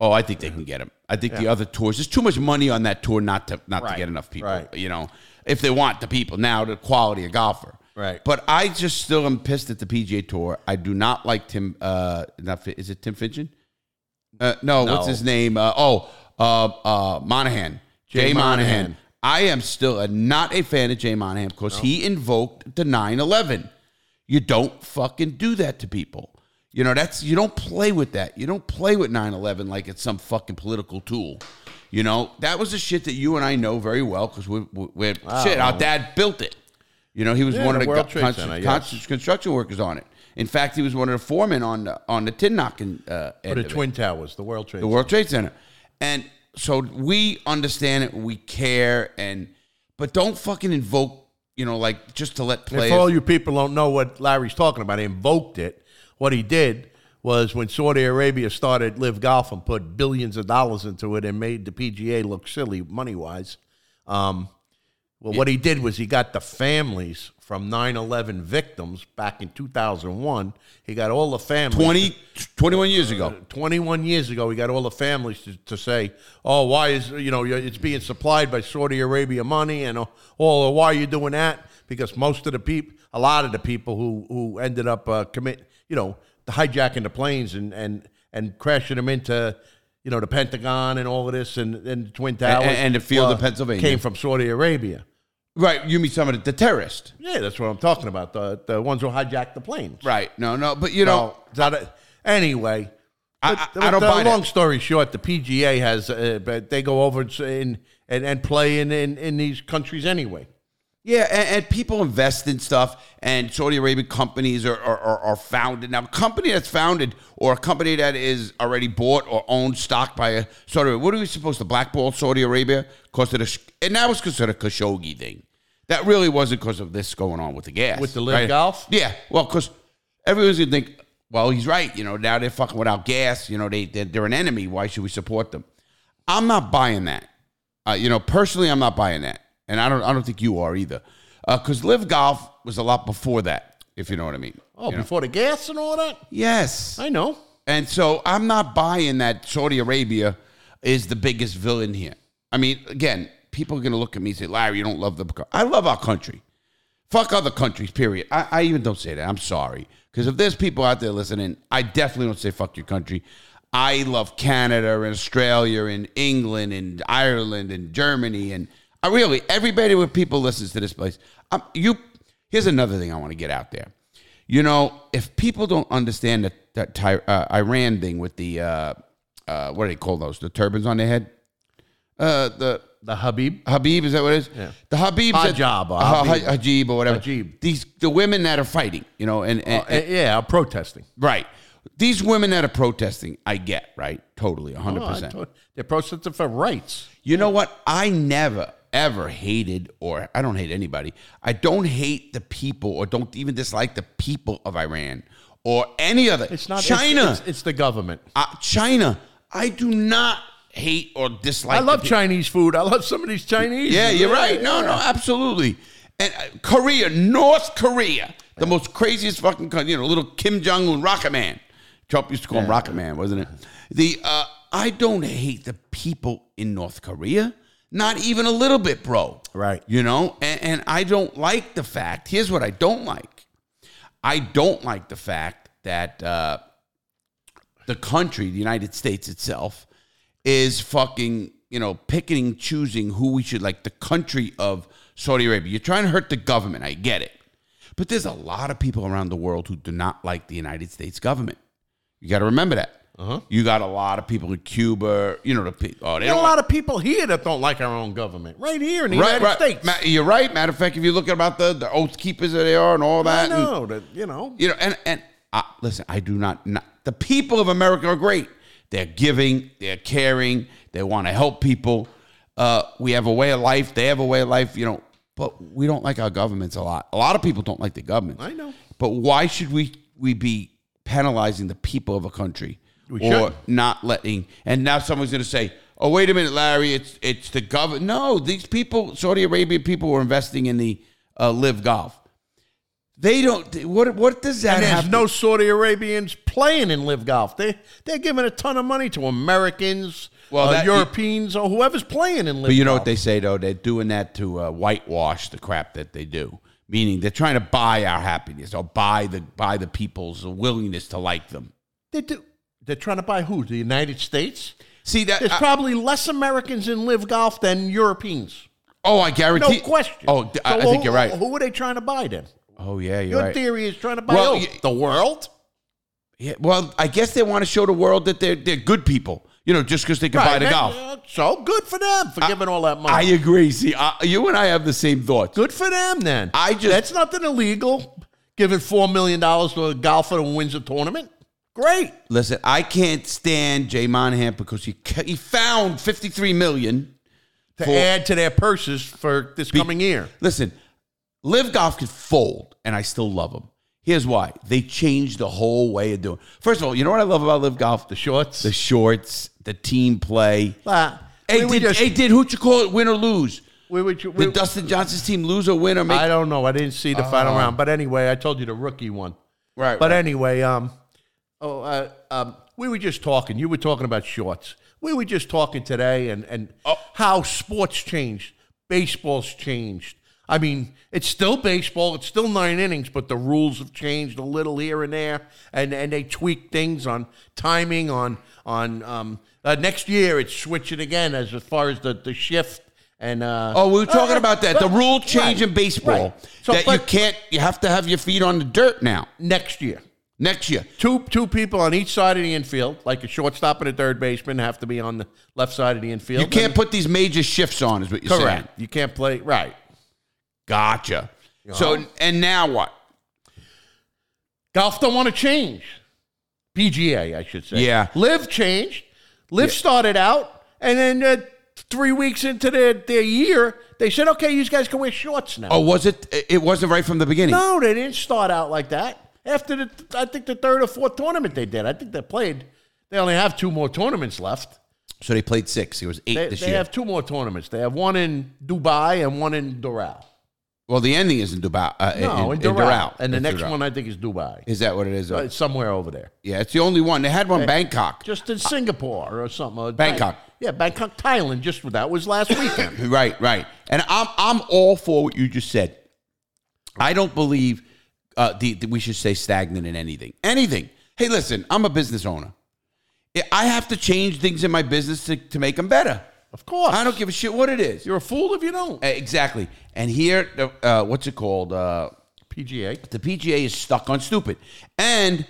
[SPEAKER 1] Oh, I think they can get them. I think the other tours. There's too much money on that tour not to not to
[SPEAKER 2] Right,
[SPEAKER 1] get enough people.
[SPEAKER 2] right.
[SPEAKER 1] You know, if they want the people now, the quality of golfer.
[SPEAKER 2] Right.
[SPEAKER 1] But I just still am pissed at the PGA Tour. I do not like Tim. Uh, not Fi- is it Tim Finchen? Uh, no, What's
[SPEAKER 2] No.
[SPEAKER 1] his name? Uh, oh, uh, uh, Monahan. Jay,
[SPEAKER 2] Jay
[SPEAKER 1] Monahan.
[SPEAKER 2] Monahan.
[SPEAKER 1] I am still a, not a fan of Jay Monahan because he invoked the 9-11. You don't fucking do that to people. You know, that's you don't play with that. You don't play with 9-11 like it's some fucking political tool. You know, that was the shit that you and I know very well because we're, we're shit. Our dad built it. You know, he was
[SPEAKER 2] Yeah,
[SPEAKER 1] one of
[SPEAKER 2] the
[SPEAKER 1] the
[SPEAKER 2] World
[SPEAKER 1] co-
[SPEAKER 2] Trade
[SPEAKER 1] conscious,
[SPEAKER 2] Center, yes.
[SPEAKER 1] conscious construction workers on it. In fact, he was one of the foremen on the, on the tin knocking uh, end
[SPEAKER 2] Or the
[SPEAKER 1] of it
[SPEAKER 2] Twin Towers, the World Trade.
[SPEAKER 1] the World Trade Center. And so we understand it, we care, and but don't fucking invoke, you know, like just to let
[SPEAKER 2] If
[SPEAKER 1] players.
[SPEAKER 2] all you people don't know what Larry's talking about, he invoked it. What he did was when Saudi Arabia started Live Golf and put billions of dollars into it and made the PGA look silly money wise. Um, well, what he did was he got the families from 9 11 victims back in 2001. He got all the families.
[SPEAKER 1] 20, 21 years ago.
[SPEAKER 2] 21 years ago, we got all the families to, to say, oh, why is, you know, it's being supplied by Saudi Arabia money and all, or why are you doing that? Because most of the people, a lot of the people who, who ended up uh, commit, you know, hijacking the planes and, and, and crashing them into, you know, the Pentagon and all of this and, and the Twin Towers.
[SPEAKER 1] and- and the field of
[SPEAKER 2] uh,
[SPEAKER 1] Pennsylvania.
[SPEAKER 2] Came from Saudi Arabia.
[SPEAKER 1] Right. You mean some of the, the terrorists.
[SPEAKER 2] Yeah, that's what I'm talking about. The, the ones who hijacked the planes.
[SPEAKER 1] Right. No, no. But, you know,
[SPEAKER 2] So, is that a- anyway,
[SPEAKER 1] I-
[SPEAKER 2] but-
[SPEAKER 1] I-
[SPEAKER 2] but
[SPEAKER 1] I don't
[SPEAKER 2] the
[SPEAKER 1] buy that.
[SPEAKER 2] Long story short, the PGA has, uh, but they go over and s- in and, and play in, in in these countries anyway.
[SPEAKER 1] yeah, and, and people invest in stuff, and Saudi Arabian companies are, are, are, are founded. Now, a company that's founded or a company that is already bought or owned stock by a Saudi Arabia, what are we supposed to blackball Saudi Arabia? Because of the, sh- and that was considered a Khashoggi thing. That really wasn't because of this going on with the gas.
[SPEAKER 2] With the live golf?
[SPEAKER 1] Yeah. Well, because everyone's going to think, well, he's right. You know, now they're fucking without gas. You know, they, they're, they're an enemy. Why should we support them? I'm not buying that. Uh, you know, personally, I'm not buying that. And I don't, I don't think you are either. Because live golf was a lot before that, if you know what I mean.
[SPEAKER 2] Oh,
[SPEAKER 1] You know?
[SPEAKER 2] before the gas and all that.
[SPEAKER 1] Yes.
[SPEAKER 2] I know.
[SPEAKER 1] And so I'm not buying that Saudi Arabia is the biggest villain here. I mean, again, people are going to look at me and say, Larry, you don't love the. co- I love our country. Fuck other countries, period. I, I even don't say that. I'm sorry. Because if there's people out there listening, I definitely don't say fuck your country. I love Canada and Australia and England and Ireland and Germany and I really everybody with people listens to this place. Um, you, here's another thing I want to get out there. You know, if people don't understand that that Ty, uh, Iran thing with the uh, uh, what do they call those? The turbans on their head. Uh, the
[SPEAKER 2] The Habib.
[SPEAKER 1] Habib, is that what it is? Yeah. The Habib,
[SPEAKER 2] Hajab or Habib.
[SPEAKER 1] Hajib or whatever.
[SPEAKER 2] Hajib.
[SPEAKER 1] These the women that are fighting, you know, and, and,
[SPEAKER 2] Uh, yeah, I'm protesting.
[SPEAKER 1] right. These women that are protesting, I get right, totally, hundred
[SPEAKER 2] Oh, I
[SPEAKER 1] percent.
[SPEAKER 2] told- They're protesting for rights.
[SPEAKER 1] You know what? I never ever hated or I don't hate anybody. I don't hate the people or don't even dislike the people of Iran or any other.
[SPEAKER 2] It's not it's-
[SPEAKER 1] China.
[SPEAKER 2] It's, it's the government.
[SPEAKER 1] uh, China. I do not hate or dislike.
[SPEAKER 2] I
[SPEAKER 1] the
[SPEAKER 2] love
[SPEAKER 1] people.
[SPEAKER 2] Chinese food. I love some of these Chinese.
[SPEAKER 1] Yeah, you're right. No, no, absolutely. And uh, Korea, North Korea, the most craziest fucking country. You know, little Kim Jong Un, Rocket Man. Trump used to call him Rocket Man, wasn't it? The uh, I don't hate the people in North Korea, not even a little bit, bro.
[SPEAKER 2] Right.
[SPEAKER 1] You know, and, and I don't like the fact. Here's what I don't like. I don't like the fact that uh, the country, the United States itself, is fucking, you know, picking and choosing who we should like the country of Saudi Arabia. You're trying to hurt the government. I get it. But there's a lot of people around the world who do not like the United States government. You got to remember that. You got a lot of people in Cuba, you know, the pe- oh, they
[SPEAKER 2] There
[SPEAKER 1] don't
[SPEAKER 2] are Uh-huh. a lot of people here that don't like our own government, right here in the United
[SPEAKER 1] right.
[SPEAKER 2] States.
[SPEAKER 1] Ma- you're right. Matter of fact, if you look at about the, the oath keepers that they are and all
[SPEAKER 2] I
[SPEAKER 1] that, and-
[SPEAKER 2] know that you know.
[SPEAKER 1] you know, and and uh, listen, I do not, not the people of America are great. They're giving, they're caring, they want to help people. Uh, we have a way of life. They have a way of life. You know, but we don't like our governments a lot. A lot of people don't like the government.
[SPEAKER 2] I know.
[SPEAKER 1] But why should we we be penalizing the people of a country
[SPEAKER 2] We
[SPEAKER 1] or
[SPEAKER 2] shouldn't.
[SPEAKER 1] not letting? And now someone's going to say, "Oh, wait a minute, Larry, it's it's the government." No, these people, Saudi Arabian people, were investing in the uh, live golf. They don't. What what does that
[SPEAKER 2] And there's
[SPEAKER 1] have?
[SPEAKER 2] no Saudi Arabians playing in live golf. They they're giving a ton of money to Americans,
[SPEAKER 1] Well,
[SPEAKER 2] uh,
[SPEAKER 1] that-
[SPEAKER 2] Europeans, or whoever's playing in live.
[SPEAKER 1] But you know
[SPEAKER 2] golf.
[SPEAKER 1] what they say though? They're doing that to uh, whitewash the crap that they do. Meaning they're trying to buy our happiness or buy the buy the people's willingness to like them.
[SPEAKER 2] They do. They're trying to buy who? The United States.
[SPEAKER 1] See that?
[SPEAKER 2] There's
[SPEAKER 1] I-
[SPEAKER 2] probably less Americans in live golf than Europeans.
[SPEAKER 1] oh, I
[SPEAKER 2] No
[SPEAKER 1] guarantee.
[SPEAKER 2] question.
[SPEAKER 1] Oh, d- I, I
[SPEAKER 2] So
[SPEAKER 1] think
[SPEAKER 2] who-
[SPEAKER 1] you're right.
[SPEAKER 2] Who are they trying to buy then?
[SPEAKER 1] Oh yeah, you're
[SPEAKER 2] Your
[SPEAKER 1] right.
[SPEAKER 2] theory is trying to buy
[SPEAKER 1] Well,
[SPEAKER 2] who?
[SPEAKER 1] y-
[SPEAKER 2] the world.
[SPEAKER 1] Yeah, well, I guess they want to show the world that they're they're good people. You know, just because they can buy the
[SPEAKER 2] and,
[SPEAKER 1] golf.
[SPEAKER 2] uh, So good for them for giving all that
[SPEAKER 1] I
[SPEAKER 2] money.
[SPEAKER 1] agree. See, I, you and I have the same thoughts.
[SPEAKER 2] good for them then.
[SPEAKER 1] I just-
[SPEAKER 2] that's nothing illegal. Giving four million dollars to a golfer who wins a tournament. Great.
[SPEAKER 1] Listen, I can't stand Jay Monahan because he ca- he found fifty three million.
[SPEAKER 2] To
[SPEAKER 1] For-
[SPEAKER 2] add to their purses for this coming year.
[SPEAKER 1] Listen, Live Golf could fold, and I still love him. Here's why: they changed the whole way of doing. First of all, you know what I love about Live Golf?
[SPEAKER 2] The shorts.
[SPEAKER 1] The shorts, the team play.
[SPEAKER 2] Ah,
[SPEAKER 1] Hey,
[SPEAKER 2] we,
[SPEAKER 1] did, hey, did who you call it? Win or lose?
[SPEAKER 2] we, would- we,
[SPEAKER 1] Did Dustin Johnson's team lose or win or make?
[SPEAKER 2] I don't know. I didn't see the
[SPEAKER 1] Uh-huh.
[SPEAKER 2] final round. But anyway, I told you the rookie one.
[SPEAKER 1] right.
[SPEAKER 2] But anyway, um, oh, uh, um, we were just talking. You were talking about shorts. We were just talking today, and and how sports changed. Baseball's changed. I mean, it's still baseball. It's still nine innings, but the rules have changed a little here and there, and and they tweak things on timing. On on um, uh, next year, it's switching again as as far as the the shift. And uh,
[SPEAKER 1] Oh, we were talking about that. The
[SPEAKER 2] Right,
[SPEAKER 1] rule change in
[SPEAKER 2] right.
[SPEAKER 1] baseball
[SPEAKER 2] So,
[SPEAKER 1] that you
[SPEAKER 2] but-
[SPEAKER 1] can't. You have to have your feet on the dirt now.
[SPEAKER 2] next year.
[SPEAKER 1] Next year,
[SPEAKER 2] two two people on each side of the infield, like a shortstop and a third baseman, have to be on the left side of the infield.
[SPEAKER 1] you can't put these major shifts on. Is what you're saying?
[SPEAKER 2] correct. You can't play right.
[SPEAKER 1] Gotcha.
[SPEAKER 2] Uh-huh.
[SPEAKER 1] So and now what?
[SPEAKER 2] Golf don't want to change. PGA, I should say.
[SPEAKER 1] Yeah.
[SPEAKER 2] Live changed. Live started out, and then uh, three weeks into their, their year, they said, "Okay, you guys can wear shorts now."
[SPEAKER 1] Oh, was it? It wasn't right from the beginning.
[SPEAKER 2] No, they didn't start out like that. After the, I think the third or fourth tournament they did. I think they played. They only have two more tournaments left.
[SPEAKER 1] So they played six. It was eight
[SPEAKER 2] They,
[SPEAKER 1] this
[SPEAKER 2] they
[SPEAKER 1] year.
[SPEAKER 2] have two more tournaments. They have one in Dubai and one in Doral.
[SPEAKER 1] well, the ending is in Dubai. Uh,
[SPEAKER 2] No, in,
[SPEAKER 1] in, in
[SPEAKER 2] Doral.
[SPEAKER 1] Doral.
[SPEAKER 2] And the
[SPEAKER 1] It's
[SPEAKER 2] next
[SPEAKER 1] Doral.
[SPEAKER 2] one I think is Dubai.
[SPEAKER 1] is that what it is?
[SPEAKER 2] Uh, It's somewhere over there.
[SPEAKER 1] yeah, it's the only one. They had one in Bangkok.
[SPEAKER 2] Just in Singapore or something. or
[SPEAKER 1] Uh, Bangkok.
[SPEAKER 2] Thai- Yeah, Bangkok, Thailand. Just that was last weekend.
[SPEAKER 1] Right, right. And I'm I'm all for what you just said. I don't believe uh, the, the- we should stay stagnant in anything. Anything. Hey, listen, I'm a business owner. I- I have to change things in my business to, to make them better.
[SPEAKER 2] of course.
[SPEAKER 1] I don't give a shit what it is.
[SPEAKER 2] You're a fool if you don't.
[SPEAKER 1] Uh, Exactly. And here, the- uh, what's it called? Uh,
[SPEAKER 2] PGA.
[SPEAKER 1] the PGA is stuck on stupid. And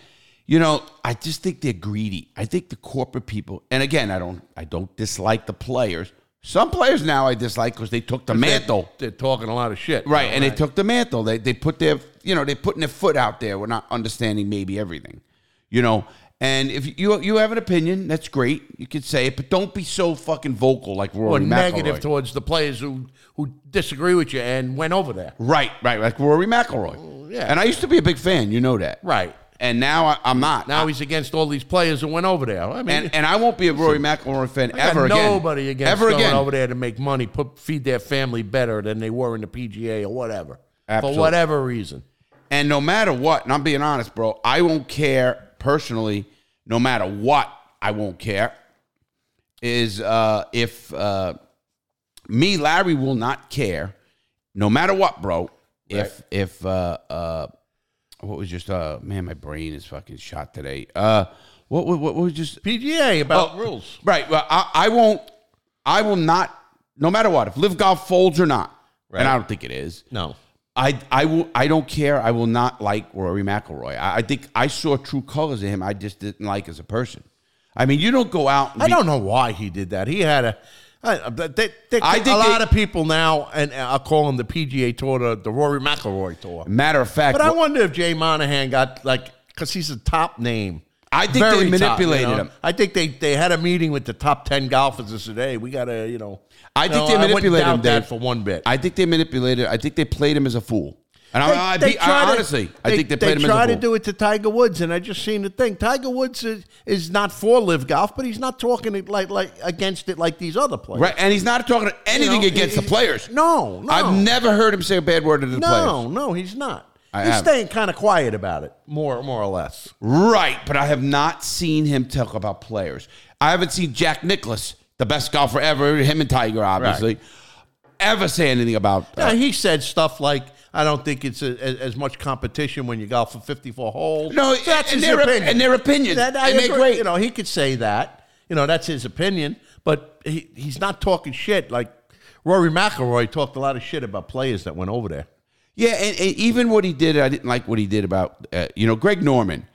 [SPEAKER 1] you know, I just think they're greedy. I think the corporate people, and again, I don't, I don't dislike the players. Some players now I dislike because they took the mantle,
[SPEAKER 2] They're talking a lot of shit.
[SPEAKER 1] right? And they took the mantle. They they put their, you know, they're putting their foot out there. We're not understanding maybe everything, you know. And if you you have an opinion, that's great. You could say it, but don't be so fucking vocal like Rory
[SPEAKER 2] Or
[SPEAKER 1] McIlroy.
[SPEAKER 2] negative towards the players who, who disagree with you and went over there.
[SPEAKER 1] right, right, like Rory McIlroy.
[SPEAKER 2] yeah.
[SPEAKER 1] And I used to be a big fan. You know that,
[SPEAKER 2] Right.
[SPEAKER 1] And now I, I'm not.
[SPEAKER 2] Now he's against all these players who went over there. I mean,
[SPEAKER 1] And and I won't be a Rory McIlroy fan
[SPEAKER 2] I got
[SPEAKER 1] ever again.
[SPEAKER 2] nobody against
[SPEAKER 1] ever
[SPEAKER 2] going
[SPEAKER 1] again.
[SPEAKER 2] over there to make money, put, feed their family better than they were in the PGA or whatever.
[SPEAKER 1] Absolutely.
[SPEAKER 2] For whatever reason.
[SPEAKER 1] And no matter what, and I'm being honest, bro, I won't care personally. No matter what, I won't care. Is uh, if uh, me, Larry, will not care. No matter what, bro. If if uh, uh, what was just uh, man, my brain is fucking shot today. Uh, What what what was just
[SPEAKER 2] PGA about
[SPEAKER 1] Oh,
[SPEAKER 2] rules.
[SPEAKER 1] Right. Well, I, I won't. I will not. No matter what, if Live Golf folds or not, and I don't think it is.
[SPEAKER 2] No.
[SPEAKER 1] I I will. I don't care. I will not like Rory McIlroy. I, I think I saw true colors in him. I just didn't like as a person. I mean, you don't go out. And
[SPEAKER 2] I
[SPEAKER 1] be-
[SPEAKER 2] don't know why he did that. He had a. I, but they, they,
[SPEAKER 1] I think
[SPEAKER 2] a lot
[SPEAKER 1] they-
[SPEAKER 2] of people now, and I'll call him the PGA Tour, the, the Rory McIlroy Tour.
[SPEAKER 1] Matter of fact,
[SPEAKER 2] But I
[SPEAKER 1] wh-
[SPEAKER 2] wonder if Jay Monahan got like because he's a top name.
[SPEAKER 1] I think they manipulated
[SPEAKER 2] you know?
[SPEAKER 1] him.
[SPEAKER 2] I think they, they had a meeting with the top ten golfers and said, "Hey, we gotta you know."
[SPEAKER 1] I think
[SPEAKER 2] No,
[SPEAKER 1] they
[SPEAKER 2] wouldn't
[SPEAKER 1] manipulated
[SPEAKER 2] doubt
[SPEAKER 1] him,
[SPEAKER 2] that
[SPEAKER 1] Dave.
[SPEAKER 2] for one bit.
[SPEAKER 1] I think they manipulated. I think they played him as a fool. And
[SPEAKER 2] They-
[SPEAKER 1] I, I,
[SPEAKER 2] they
[SPEAKER 1] be- I
[SPEAKER 2] try to-
[SPEAKER 1] honestly, I think they played him as a
[SPEAKER 2] try
[SPEAKER 1] fool.
[SPEAKER 2] to do it to Tiger Woods, and I just seen the thing. Tiger Woods is, is not for live golf, but he's not talking it like like against it like these other players.
[SPEAKER 1] right, and he's not talking
[SPEAKER 2] You know,
[SPEAKER 1] anything against the
[SPEAKER 2] he-
[SPEAKER 1] players.
[SPEAKER 2] No, no,
[SPEAKER 1] I've never heard him say a bad word to the
[SPEAKER 2] no, no, he's not.
[SPEAKER 1] I
[SPEAKER 2] he's
[SPEAKER 1] have.
[SPEAKER 2] staying kind of quiet about it, more more or less.
[SPEAKER 1] players. Right, but I have not seen him talk about players. I haven't seen Jack Nicklaus, the best golfer ever, him and Tiger, obviously, ever say anything about. uh,
[SPEAKER 2] Yeah, he said stuff like, "I don't think it's a, a, as much competition when you golf for fifty-four holes."
[SPEAKER 1] No,
[SPEAKER 2] So that's
[SPEAKER 1] and
[SPEAKER 2] his
[SPEAKER 1] their op-
[SPEAKER 2] opinion.
[SPEAKER 1] and their opinions,
[SPEAKER 2] That, I
[SPEAKER 1] and they're
[SPEAKER 2] agree.
[SPEAKER 1] great.
[SPEAKER 2] You know, he could say that. You know, that's his opinion, but he, he's not talking shit like Rory McIlroy talked a lot of shit about players that went over there.
[SPEAKER 1] Yeah, and, and even what he did, I didn't like what he did about uh, you know Greg Norman.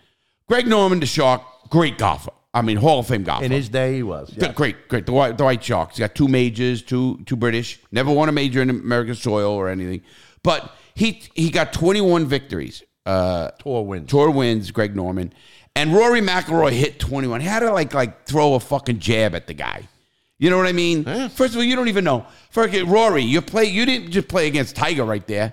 [SPEAKER 1] Greg Norman, the shark, great golfer. I mean, Hall of Fame golfer.
[SPEAKER 2] In his day, he was.
[SPEAKER 1] The-
[SPEAKER 2] Yeah.
[SPEAKER 1] Great, great. The white, the white shark. He's got two majors, two two British. Never won a major in American soil or anything. But he he got 21 victories. Uh,
[SPEAKER 2] Tour wins.
[SPEAKER 1] tour wins. Greg Norman and Rory McIlroy hit 21. He had to like like throw a fucking jab at the guy. You know what I mean? First of all, you don't even know. Fucking Rory, you play. You didn't just play against Tiger right there.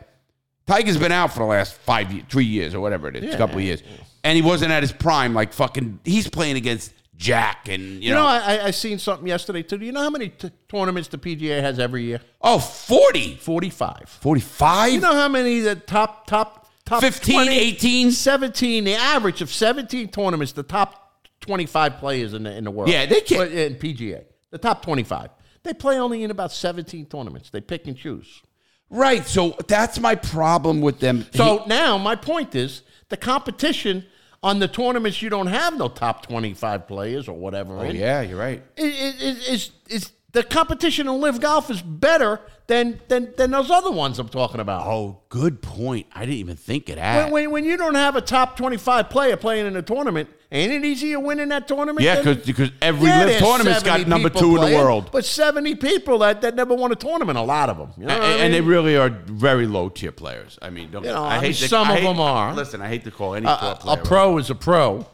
[SPEAKER 1] Tiger's been out for the last five, ye- three years or whatever it is, a couple of years, and he wasn't at his prime. Like fucking, he's playing against Jack and you,
[SPEAKER 2] You know, I, I- I seen something yesterday too. Do you know how many t- tournaments the PGA has every year?
[SPEAKER 1] Oh, 40.
[SPEAKER 2] Forty-five.
[SPEAKER 1] 45?
[SPEAKER 2] You know how many the top top top
[SPEAKER 1] 15, 18?
[SPEAKER 2] 17, the average of 17 tournaments, the top 25 players in the in the world.
[SPEAKER 1] Yeah, they can't-
[SPEAKER 2] Well, in PGA. The top 25. They play only in about 17 tournaments. They pick and choose.
[SPEAKER 1] right. So that's my problem with them.
[SPEAKER 2] So now my point is the competition on the tournaments you don't have no top 25 players or whatever.
[SPEAKER 1] He-
[SPEAKER 2] in,
[SPEAKER 1] Oh, yeah, you're right.
[SPEAKER 2] is, is, is, is the competition in live golf is better than, than, than those other ones I'm talking about.
[SPEAKER 1] Oh, good point. I didn't even think of
[SPEAKER 2] When,
[SPEAKER 1] that.
[SPEAKER 2] when, when you don't have a top 25 player playing in a tournament, ain't it easier winning that tournament?
[SPEAKER 1] yeah,
[SPEAKER 2] than-
[SPEAKER 1] because every
[SPEAKER 2] Yeah,
[SPEAKER 1] live
[SPEAKER 2] there's
[SPEAKER 1] tournament's
[SPEAKER 2] 70
[SPEAKER 1] got number
[SPEAKER 2] people
[SPEAKER 1] two in the
[SPEAKER 2] playing,
[SPEAKER 1] world.
[SPEAKER 2] But 70 people that, that never won a tournament, a lot of them. You know
[SPEAKER 1] And,
[SPEAKER 2] what I
[SPEAKER 1] and they
[SPEAKER 2] mean?
[SPEAKER 1] really are very low tier players. I mean, don't,
[SPEAKER 2] You know,
[SPEAKER 1] I
[SPEAKER 2] I
[SPEAKER 1] hate
[SPEAKER 2] mean,
[SPEAKER 1] to-
[SPEAKER 2] some
[SPEAKER 1] I
[SPEAKER 2] of
[SPEAKER 1] hate-
[SPEAKER 2] them are.
[SPEAKER 1] Listen, I hate to call any
[SPEAKER 2] A-
[SPEAKER 1] poor
[SPEAKER 2] a, a
[SPEAKER 1] player.
[SPEAKER 2] pro is a pro,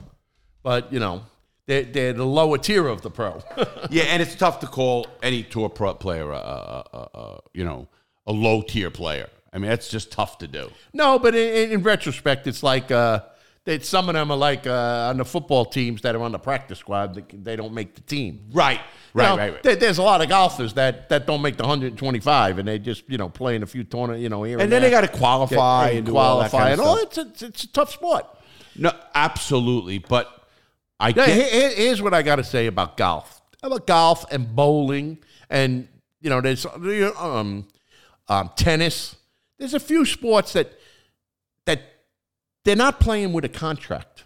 [SPEAKER 2] but, you know, they're, they're the lower tier of the pro.
[SPEAKER 1] Yeah, and it's tough to call any tour pro player, uh, uh, uh, uh, you know, a low tier player. I mean, that's just tough to do.
[SPEAKER 2] no, but in, in- in retrospect, it's like uh, that some of them are like uh, on the football teams that are on the practice squad, they, they don't make the team.
[SPEAKER 1] Right,
[SPEAKER 2] You
[SPEAKER 1] right,
[SPEAKER 2] know,
[SPEAKER 1] right, right.
[SPEAKER 2] there- there's a lot of golfers that, that don't make the 125, and they just you know play in a few tournaments, you know, here and,
[SPEAKER 1] and then they
[SPEAKER 2] there.
[SPEAKER 1] got to qualify
[SPEAKER 2] Get-
[SPEAKER 1] and do all that
[SPEAKER 2] qualify
[SPEAKER 1] kind of
[SPEAKER 2] and all.
[SPEAKER 1] stuff.
[SPEAKER 2] It's a, it's a tough sport.
[SPEAKER 1] No, absolutely. But I
[SPEAKER 2] Now,
[SPEAKER 1] get-
[SPEAKER 2] here- here- here's what I got to say about golf, about golf and bowling, and you know, there's um, um, tennis. There's a few sports that that they're not playing with a contract.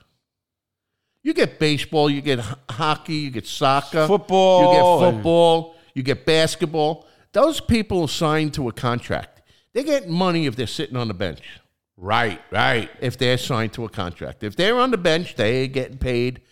[SPEAKER 2] You get baseball, you get ho- hockey, you get soccer,
[SPEAKER 1] Football.
[SPEAKER 2] you get football, you get basketball. Those people are signed to a contract. They get money if they're sitting on the bench.
[SPEAKER 1] right, right.
[SPEAKER 2] if they're signed to a contract. If they're on the bench, they're getting paid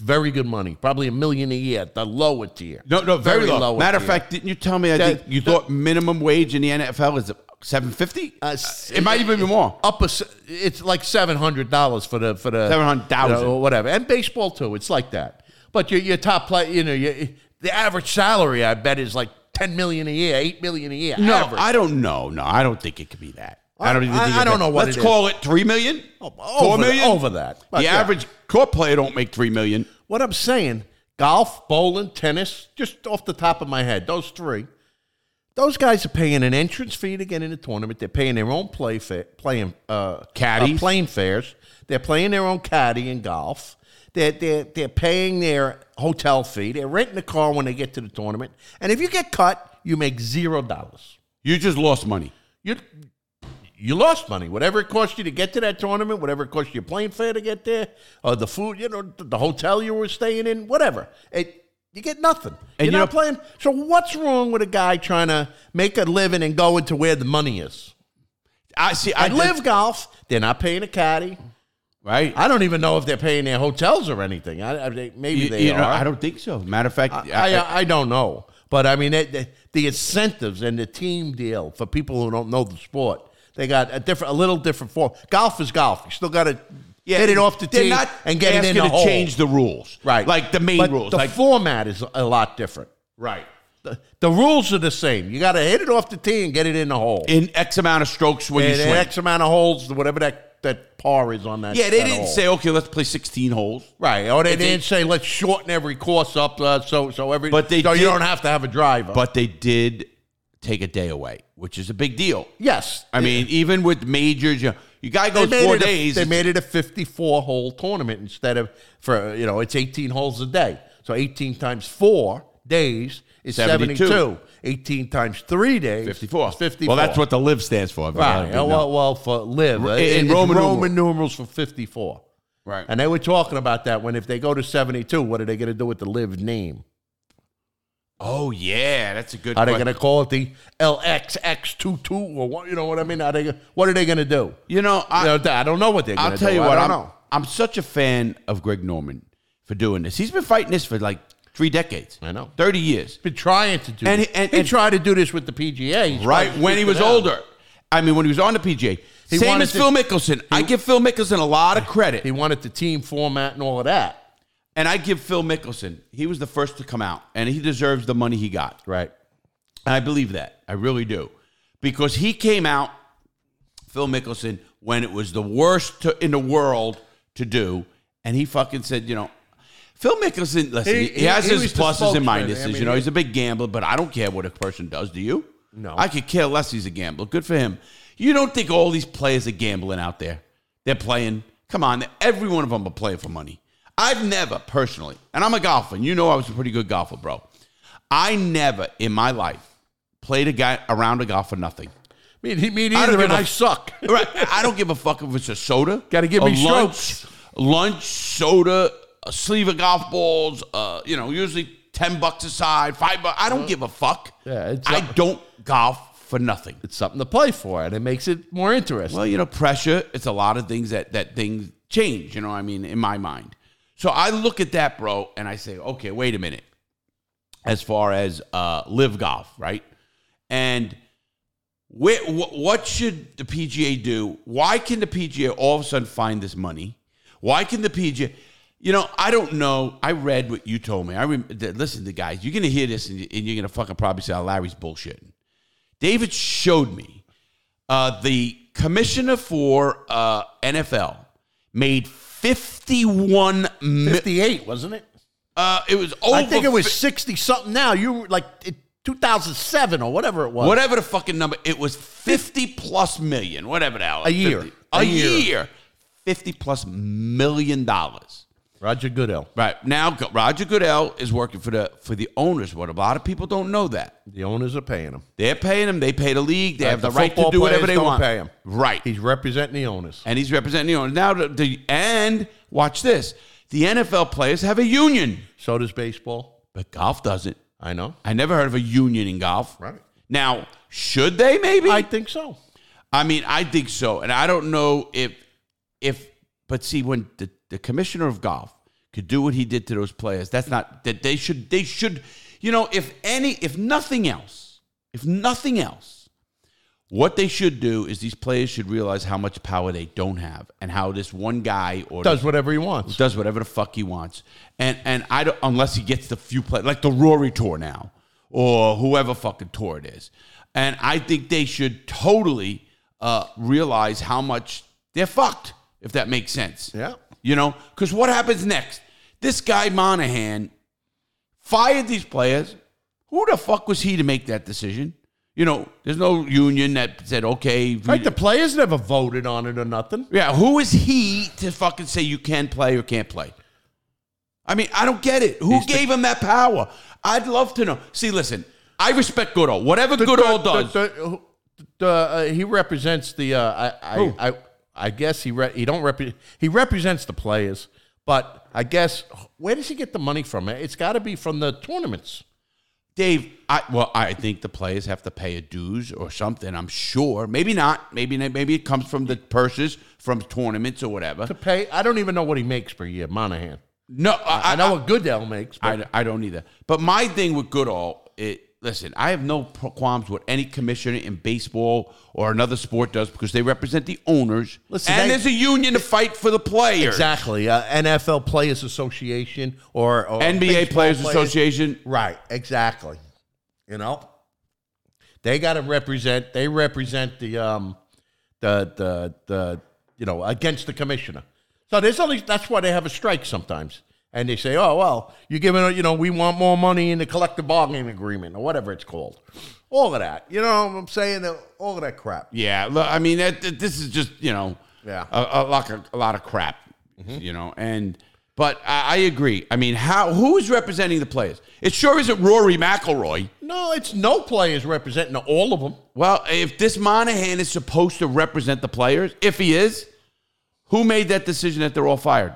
[SPEAKER 2] very good money, probably a million a year, the lower tier.
[SPEAKER 1] No, no, very, low. Matter of
[SPEAKER 2] tier.
[SPEAKER 1] fact, didn't you tell me? I
[SPEAKER 2] That-
[SPEAKER 1] think you thought minimum wage in the NFL is seven fifty.
[SPEAKER 2] Uh,
[SPEAKER 1] it might even be more.
[SPEAKER 2] Upper, s- it's like seven hundred dollars for the for the
[SPEAKER 1] $700,000.
[SPEAKER 2] you know, or whatever, and baseball too. It's like that. But your your top play, you know, your, the average salary I bet is like ten million a year, eight million a year.
[SPEAKER 1] No,
[SPEAKER 2] average.
[SPEAKER 1] I don't know. No, I don't think it could be that. I, don't even.
[SPEAKER 2] I-
[SPEAKER 1] Think
[SPEAKER 2] I
[SPEAKER 1] it
[SPEAKER 2] don't
[SPEAKER 1] could-
[SPEAKER 2] know what
[SPEAKER 1] Let's
[SPEAKER 2] it is. Oh,
[SPEAKER 1] call it three million. Four
[SPEAKER 2] over,
[SPEAKER 1] million?
[SPEAKER 2] over that.
[SPEAKER 1] The
[SPEAKER 2] But yeah.
[SPEAKER 1] average court player don't make three million.
[SPEAKER 2] What I'm saying, golf, bowling, tennis, just off the top of my head, those three, those guys are paying an entrance fee to get in the tournament. They're paying their own play fa- playing uh,
[SPEAKER 1] Caddies.
[SPEAKER 2] uh, plane fares. They're playing their own caddy in golf. They're, they're, they're paying their hotel fee. They're renting a car when they get to the tournament. And if you get cut, you make zero dollars.
[SPEAKER 1] You just lost money.
[SPEAKER 2] You, you lost money. Whatever it cost you to get to that tournament, whatever it cost you plane fare to get there, or the food, you know, th- the hotel you were staying in, whatever. It, you get nothing.
[SPEAKER 1] And
[SPEAKER 2] You're
[SPEAKER 1] you
[SPEAKER 2] not
[SPEAKER 1] know-
[SPEAKER 2] playing. So what's wrong with a guy trying to make a living and go into where the money is?
[SPEAKER 1] I see. I
[SPEAKER 2] I live golf. They're not paying a caddy.
[SPEAKER 1] right.
[SPEAKER 2] I don't even know if they're paying their hotels or anything. I, I, they- maybe
[SPEAKER 1] You-
[SPEAKER 2] they
[SPEAKER 1] you
[SPEAKER 2] are.
[SPEAKER 1] know, I don't think so. Matter of fact,
[SPEAKER 2] I, uh, I, I don't know. But I mean, it, the, the incentives and the team deal for people who don't know the sport, they got a different, a little different form. Golf is golf. You still got to get it off the
[SPEAKER 1] they're
[SPEAKER 2] tee
[SPEAKER 1] not
[SPEAKER 2] and get it in
[SPEAKER 1] asking
[SPEAKER 2] the
[SPEAKER 1] to
[SPEAKER 2] hole.
[SPEAKER 1] change the rules,
[SPEAKER 2] right?
[SPEAKER 1] Like the main
[SPEAKER 2] But
[SPEAKER 1] rules,
[SPEAKER 2] The
[SPEAKER 1] like
[SPEAKER 2] format is a lot different.
[SPEAKER 1] right.
[SPEAKER 2] The, the rules are the same. You got to hit it off the tee and get it in the hole.
[SPEAKER 1] In X amount of strokes when you
[SPEAKER 2] and
[SPEAKER 1] swing.
[SPEAKER 2] X amount of holes, whatever that that par is on that.
[SPEAKER 1] yeah, they
[SPEAKER 2] that
[SPEAKER 1] didn't
[SPEAKER 2] hole.
[SPEAKER 1] say okay, let's play sixteen holes.
[SPEAKER 2] right, or they
[SPEAKER 1] they-
[SPEAKER 2] didn't say let's shorten every course up uh, so so every
[SPEAKER 1] But they
[SPEAKER 2] so you
[SPEAKER 1] did-
[SPEAKER 2] don't have to have a driver.
[SPEAKER 1] But they did take a day away, which is a big deal.
[SPEAKER 2] yes,
[SPEAKER 1] I mean, even with majors, you, know, you guy
[SPEAKER 2] They
[SPEAKER 1] goes
[SPEAKER 2] made,
[SPEAKER 1] four
[SPEAKER 2] it a-
[SPEAKER 1] days.
[SPEAKER 2] they made it a 54 hole tournament instead of for you know it's 18 holes a day. So 18 times four days is 72.
[SPEAKER 1] 72.
[SPEAKER 2] 18 times three days,
[SPEAKER 1] Fifty-four.
[SPEAKER 2] Is 54.
[SPEAKER 1] Well, that's what the live stands for. I've
[SPEAKER 2] Right.
[SPEAKER 1] already
[SPEAKER 2] Oh,
[SPEAKER 1] known.
[SPEAKER 2] Well, well, for live
[SPEAKER 1] in
[SPEAKER 2] It's
[SPEAKER 1] Roman
[SPEAKER 2] numerals for 54.
[SPEAKER 1] right.
[SPEAKER 2] And they were talking about that when if they go to 72, what are they going to do with the live name?
[SPEAKER 1] oh yeah, that's a good.
[SPEAKER 2] Are they
[SPEAKER 1] question.
[SPEAKER 2] going to call it the LXX22 or what? You know what I mean? Are they? What are they going to do?
[SPEAKER 1] you know, I,
[SPEAKER 2] You know, I don't know what they're going
[SPEAKER 1] I'll
[SPEAKER 2] to do.
[SPEAKER 1] tell you
[SPEAKER 2] I
[SPEAKER 1] what,
[SPEAKER 2] don't
[SPEAKER 1] I'm,
[SPEAKER 2] know.
[SPEAKER 1] I'm such a fan of Greg Norman for doing this. He's been fighting this for like three decades.
[SPEAKER 2] I know.
[SPEAKER 1] 30 years.
[SPEAKER 2] been trying to do
[SPEAKER 1] And
[SPEAKER 2] this.
[SPEAKER 1] he- and-
[SPEAKER 2] he
[SPEAKER 1] and-
[SPEAKER 2] tried to do this with the PGA. He's
[SPEAKER 1] Right
[SPEAKER 2] trying to
[SPEAKER 1] when he
[SPEAKER 2] stick
[SPEAKER 1] was
[SPEAKER 2] it out.
[SPEAKER 1] older. I mean, when he was on the PGA.
[SPEAKER 2] He
[SPEAKER 1] Same
[SPEAKER 2] wanted
[SPEAKER 1] as
[SPEAKER 2] to-
[SPEAKER 1] Phil Mickelson. I give Phil Mickelson a lot of credit.
[SPEAKER 2] He wanted the team format and all of that.
[SPEAKER 1] and I give Phil Mickelson, he was the first to come out, and he deserves the money he got.
[SPEAKER 2] Right.
[SPEAKER 1] And I believe that. I really do. Because he came out, Phil Mickelson, when it was the worst to, in the world to do. And he fucking said, you know, Phil Mickelson, listen,
[SPEAKER 2] He-
[SPEAKER 1] he,
[SPEAKER 2] he-
[SPEAKER 1] has
[SPEAKER 2] he was
[SPEAKER 1] his
[SPEAKER 2] the
[SPEAKER 1] pluses and
[SPEAKER 2] spokesman. I
[SPEAKER 1] minuses.
[SPEAKER 2] mean,
[SPEAKER 1] you know,
[SPEAKER 2] he-
[SPEAKER 1] he's a big gambler, but I don't care what a person does. Do you?
[SPEAKER 2] No.
[SPEAKER 1] I could care less he's a gambler. Good for him. You don't think all these players are gambling out there? They're playing. Come on. Every one of them are playing for money. I've never personally, and I'm a golfer, and you know I was a pretty good golfer, bro. I never in my life played a guy around a golf for nothing.
[SPEAKER 2] I mean, he, me
[SPEAKER 1] I don't
[SPEAKER 2] neither,
[SPEAKER 1] give
[SPEAKER 2] and
[SPEAKER 1] a-
[SPEAKER 2] I suck.
[SPEAKER 1] Right. I don't give a fuck if it's a soda.
[SPEAKER 2] Gotta give
[SPEAKER 1] a
[SPEAKER 2] me
[SPEAKER 1] lunch,
[SPEAKER 2] strokes.
[SPEAKER 1] Lunch, soda, a sleeve of golf balls, uh, you know, usually 10 bucks a side, five bucks. I don't give a fuck.
[SPEAKER 2] Yeah, it's-
[SPEAKER 1] I don't golf for nothing.
[SPEAKER 2] It's something to play for, and it makes it more interesting.
[SPEAKER 1] Well, you know, pressure, it's a lot of things that, that things change, you know what I mean, in my mind. So I look at that, bro, and I say, okay, wait a minute. As far as uh, live golf, right? And where, wh- what should the PGA do? Why can the PGA all of a sudden find this money? Why can the PGA? You know, I don't know. I read what you told me. I rem- th- listen to guys. You're gonna hear this, and, you- and you're gonna fucking probably say, oh, "Larry's bullshitting." David showed me uh, the commissioner for uh, NFL made 51. Mi-
[SPEAKER 2] 58, wasn't it?
[SPEAKER 1] uh, it was over.
[SPEAKER 2] I think it was
[SPEAKER 1] fi-
[SPEAKER 2] 60 something now. You were like it, 2007 or whatever it was.
[SPEAKER 1] whatever the fucking number. It was 50 plus million, whatever the hell.
[SPEAKER 2] A year.
[SPEAKER 1] 50.
[SPEAKER 2] A
[SPEAKER 1] A,
[SPEAKER 2] year.
[SPEAKER 1] year. 50 plus million dollars.
[SPEAKER 2] Roger Goodell,
[SPEAKER 1] Right. Now Go- Roger Goodell is working for the for the owners. What a lot of people don't know that.
[SPEAKER 2] the owners are paying him.
[SPEAKER 1] They're paying him, they pay the league, they
[SPEAKER 2] Like
[SPEAKER 1] have the,
[SPEAKER 2] the
[SPEAKER 1] right to
[SPEAKER 2] football
[SPEAKER 1] do whatever
[SPEAKER 2] players
[SPEAKER 1] they
[SPEAKER 2] don't
[SPEAKER 1] want.
[SPEAKER 2] pay him.
[SPEAKER 1] Right.
[SPEAKER 2] He's representing the owners.
[SPEAKER 1] and he's representing the owners. Now the, the and watch this. The NFL players have a union.
[SPEAKER 2] So does baseball.
[SPEAKER 1] But golf doesn't.
[SPEAKER 2] I know.
[SPEAKER 1] I never heard of a union in golf.
[SPEAKER 2] Right.
[SPEAKER 1] Now, should they maybe?
[SPEAKER 2] I think so.
[SPEAKER 1] I mean, I think so, and I don't know if if but see when the, the commissioner of golf could do what he did to those players, that's not that they should they should you know if any if nothing else if nothing else what they should do is these players should realize how much power they don't have and how this one guy or
[SPEAKER 2] Does whatever he wants.
[SPEAKER 1] does whatever the fuck he wants. And and I don't unless he gets the few play like the Rory tour now or whoever fucking tour it is. And I think they should totally uh, realize how much they're fucked if that makes sense.
[SPEAKER 2] Yeah.
[SPEAKER 1] You know, because what happens next? This guy Monahan fired these players. Who the fuck was he to make that decision? You know, there's no union that said okay. we-
[SPEAKER 2] Right, the players never voted on it or nothing.
[SPEAKER 1] yeah, who is he to fucking say you can play or can't play? I mean, I don't get it. Who
[SPEAKER 2] the-
[SPEAKER 1] gave him that power? I'd love to know. See, listen, I respect Goodall. Whatever Goodall does,
[SPEAKER 2] The, the, the, uh, he represents the uh, I,
[SPEAKER 1] Who?
[SPEAKER 2] I I I guess he re- he don't repre- he represents the players, but I guess where does he get the money from? It's got to be from the tournaments.
[SPEAKER 1] Dave, I well, I think the players have to pay a dues or something. I'm sure. Maybe not. Maybe maybe it comes from the purses from tournaments or whatever.
[SPEAKER 2] to pay. I don't even know what he makes per year, Monahan.
[SPEAKER 1] No,
[SPEAKER 2] I,
[SPEAKER 1] I, I,
[SPEAKER 2] know what Goodell makes. But
[SPEAKER 1] I, I don't either. But my thing with Goodall, it, listen, I have no pro- qualms with any commissioner in baseball or another sport does because they represent the owners.
[SPEAKER 2] Listen,
[SPEAKER 1] and
[SPEAKER 2] they-
[SPEAKER 1] there's a union to fight for the players.
[SPEAKER 2] exactly, uh, NFL Players Association or, or
[SPEAKER 1] NBA
[SPEAKER 2] baseball
[SPEAKER 1] Players Association.
[SPEAKER 2] Right, exactly. You know, they got to represent. They represent the um, the the the you know against the commissioner. So there's only that's why they have a strike sometimes, and they say, oh well, you're giving you know we want more money in the collective bargaining agreement or whatever it's called, all of that. You know what I'm saying? All of that crap.
[SPEAKER 1] Yeah, look, I mean, that, that- this is just you know,
[SPEAKER 2] Yeah. Mm-hmm.
[SPEAKER 1] a, a lot of, a lot of crap, you know, and. But I, I agree. I mean, how who is representing the players? It sure isn't Rory McIlroy.
[SPEAKER 2] No, it's no players representing all of them.
[SPEAKER 1] Well, if this Monahan is supposed to represent the players, if he is, who made that decision that they're all fired?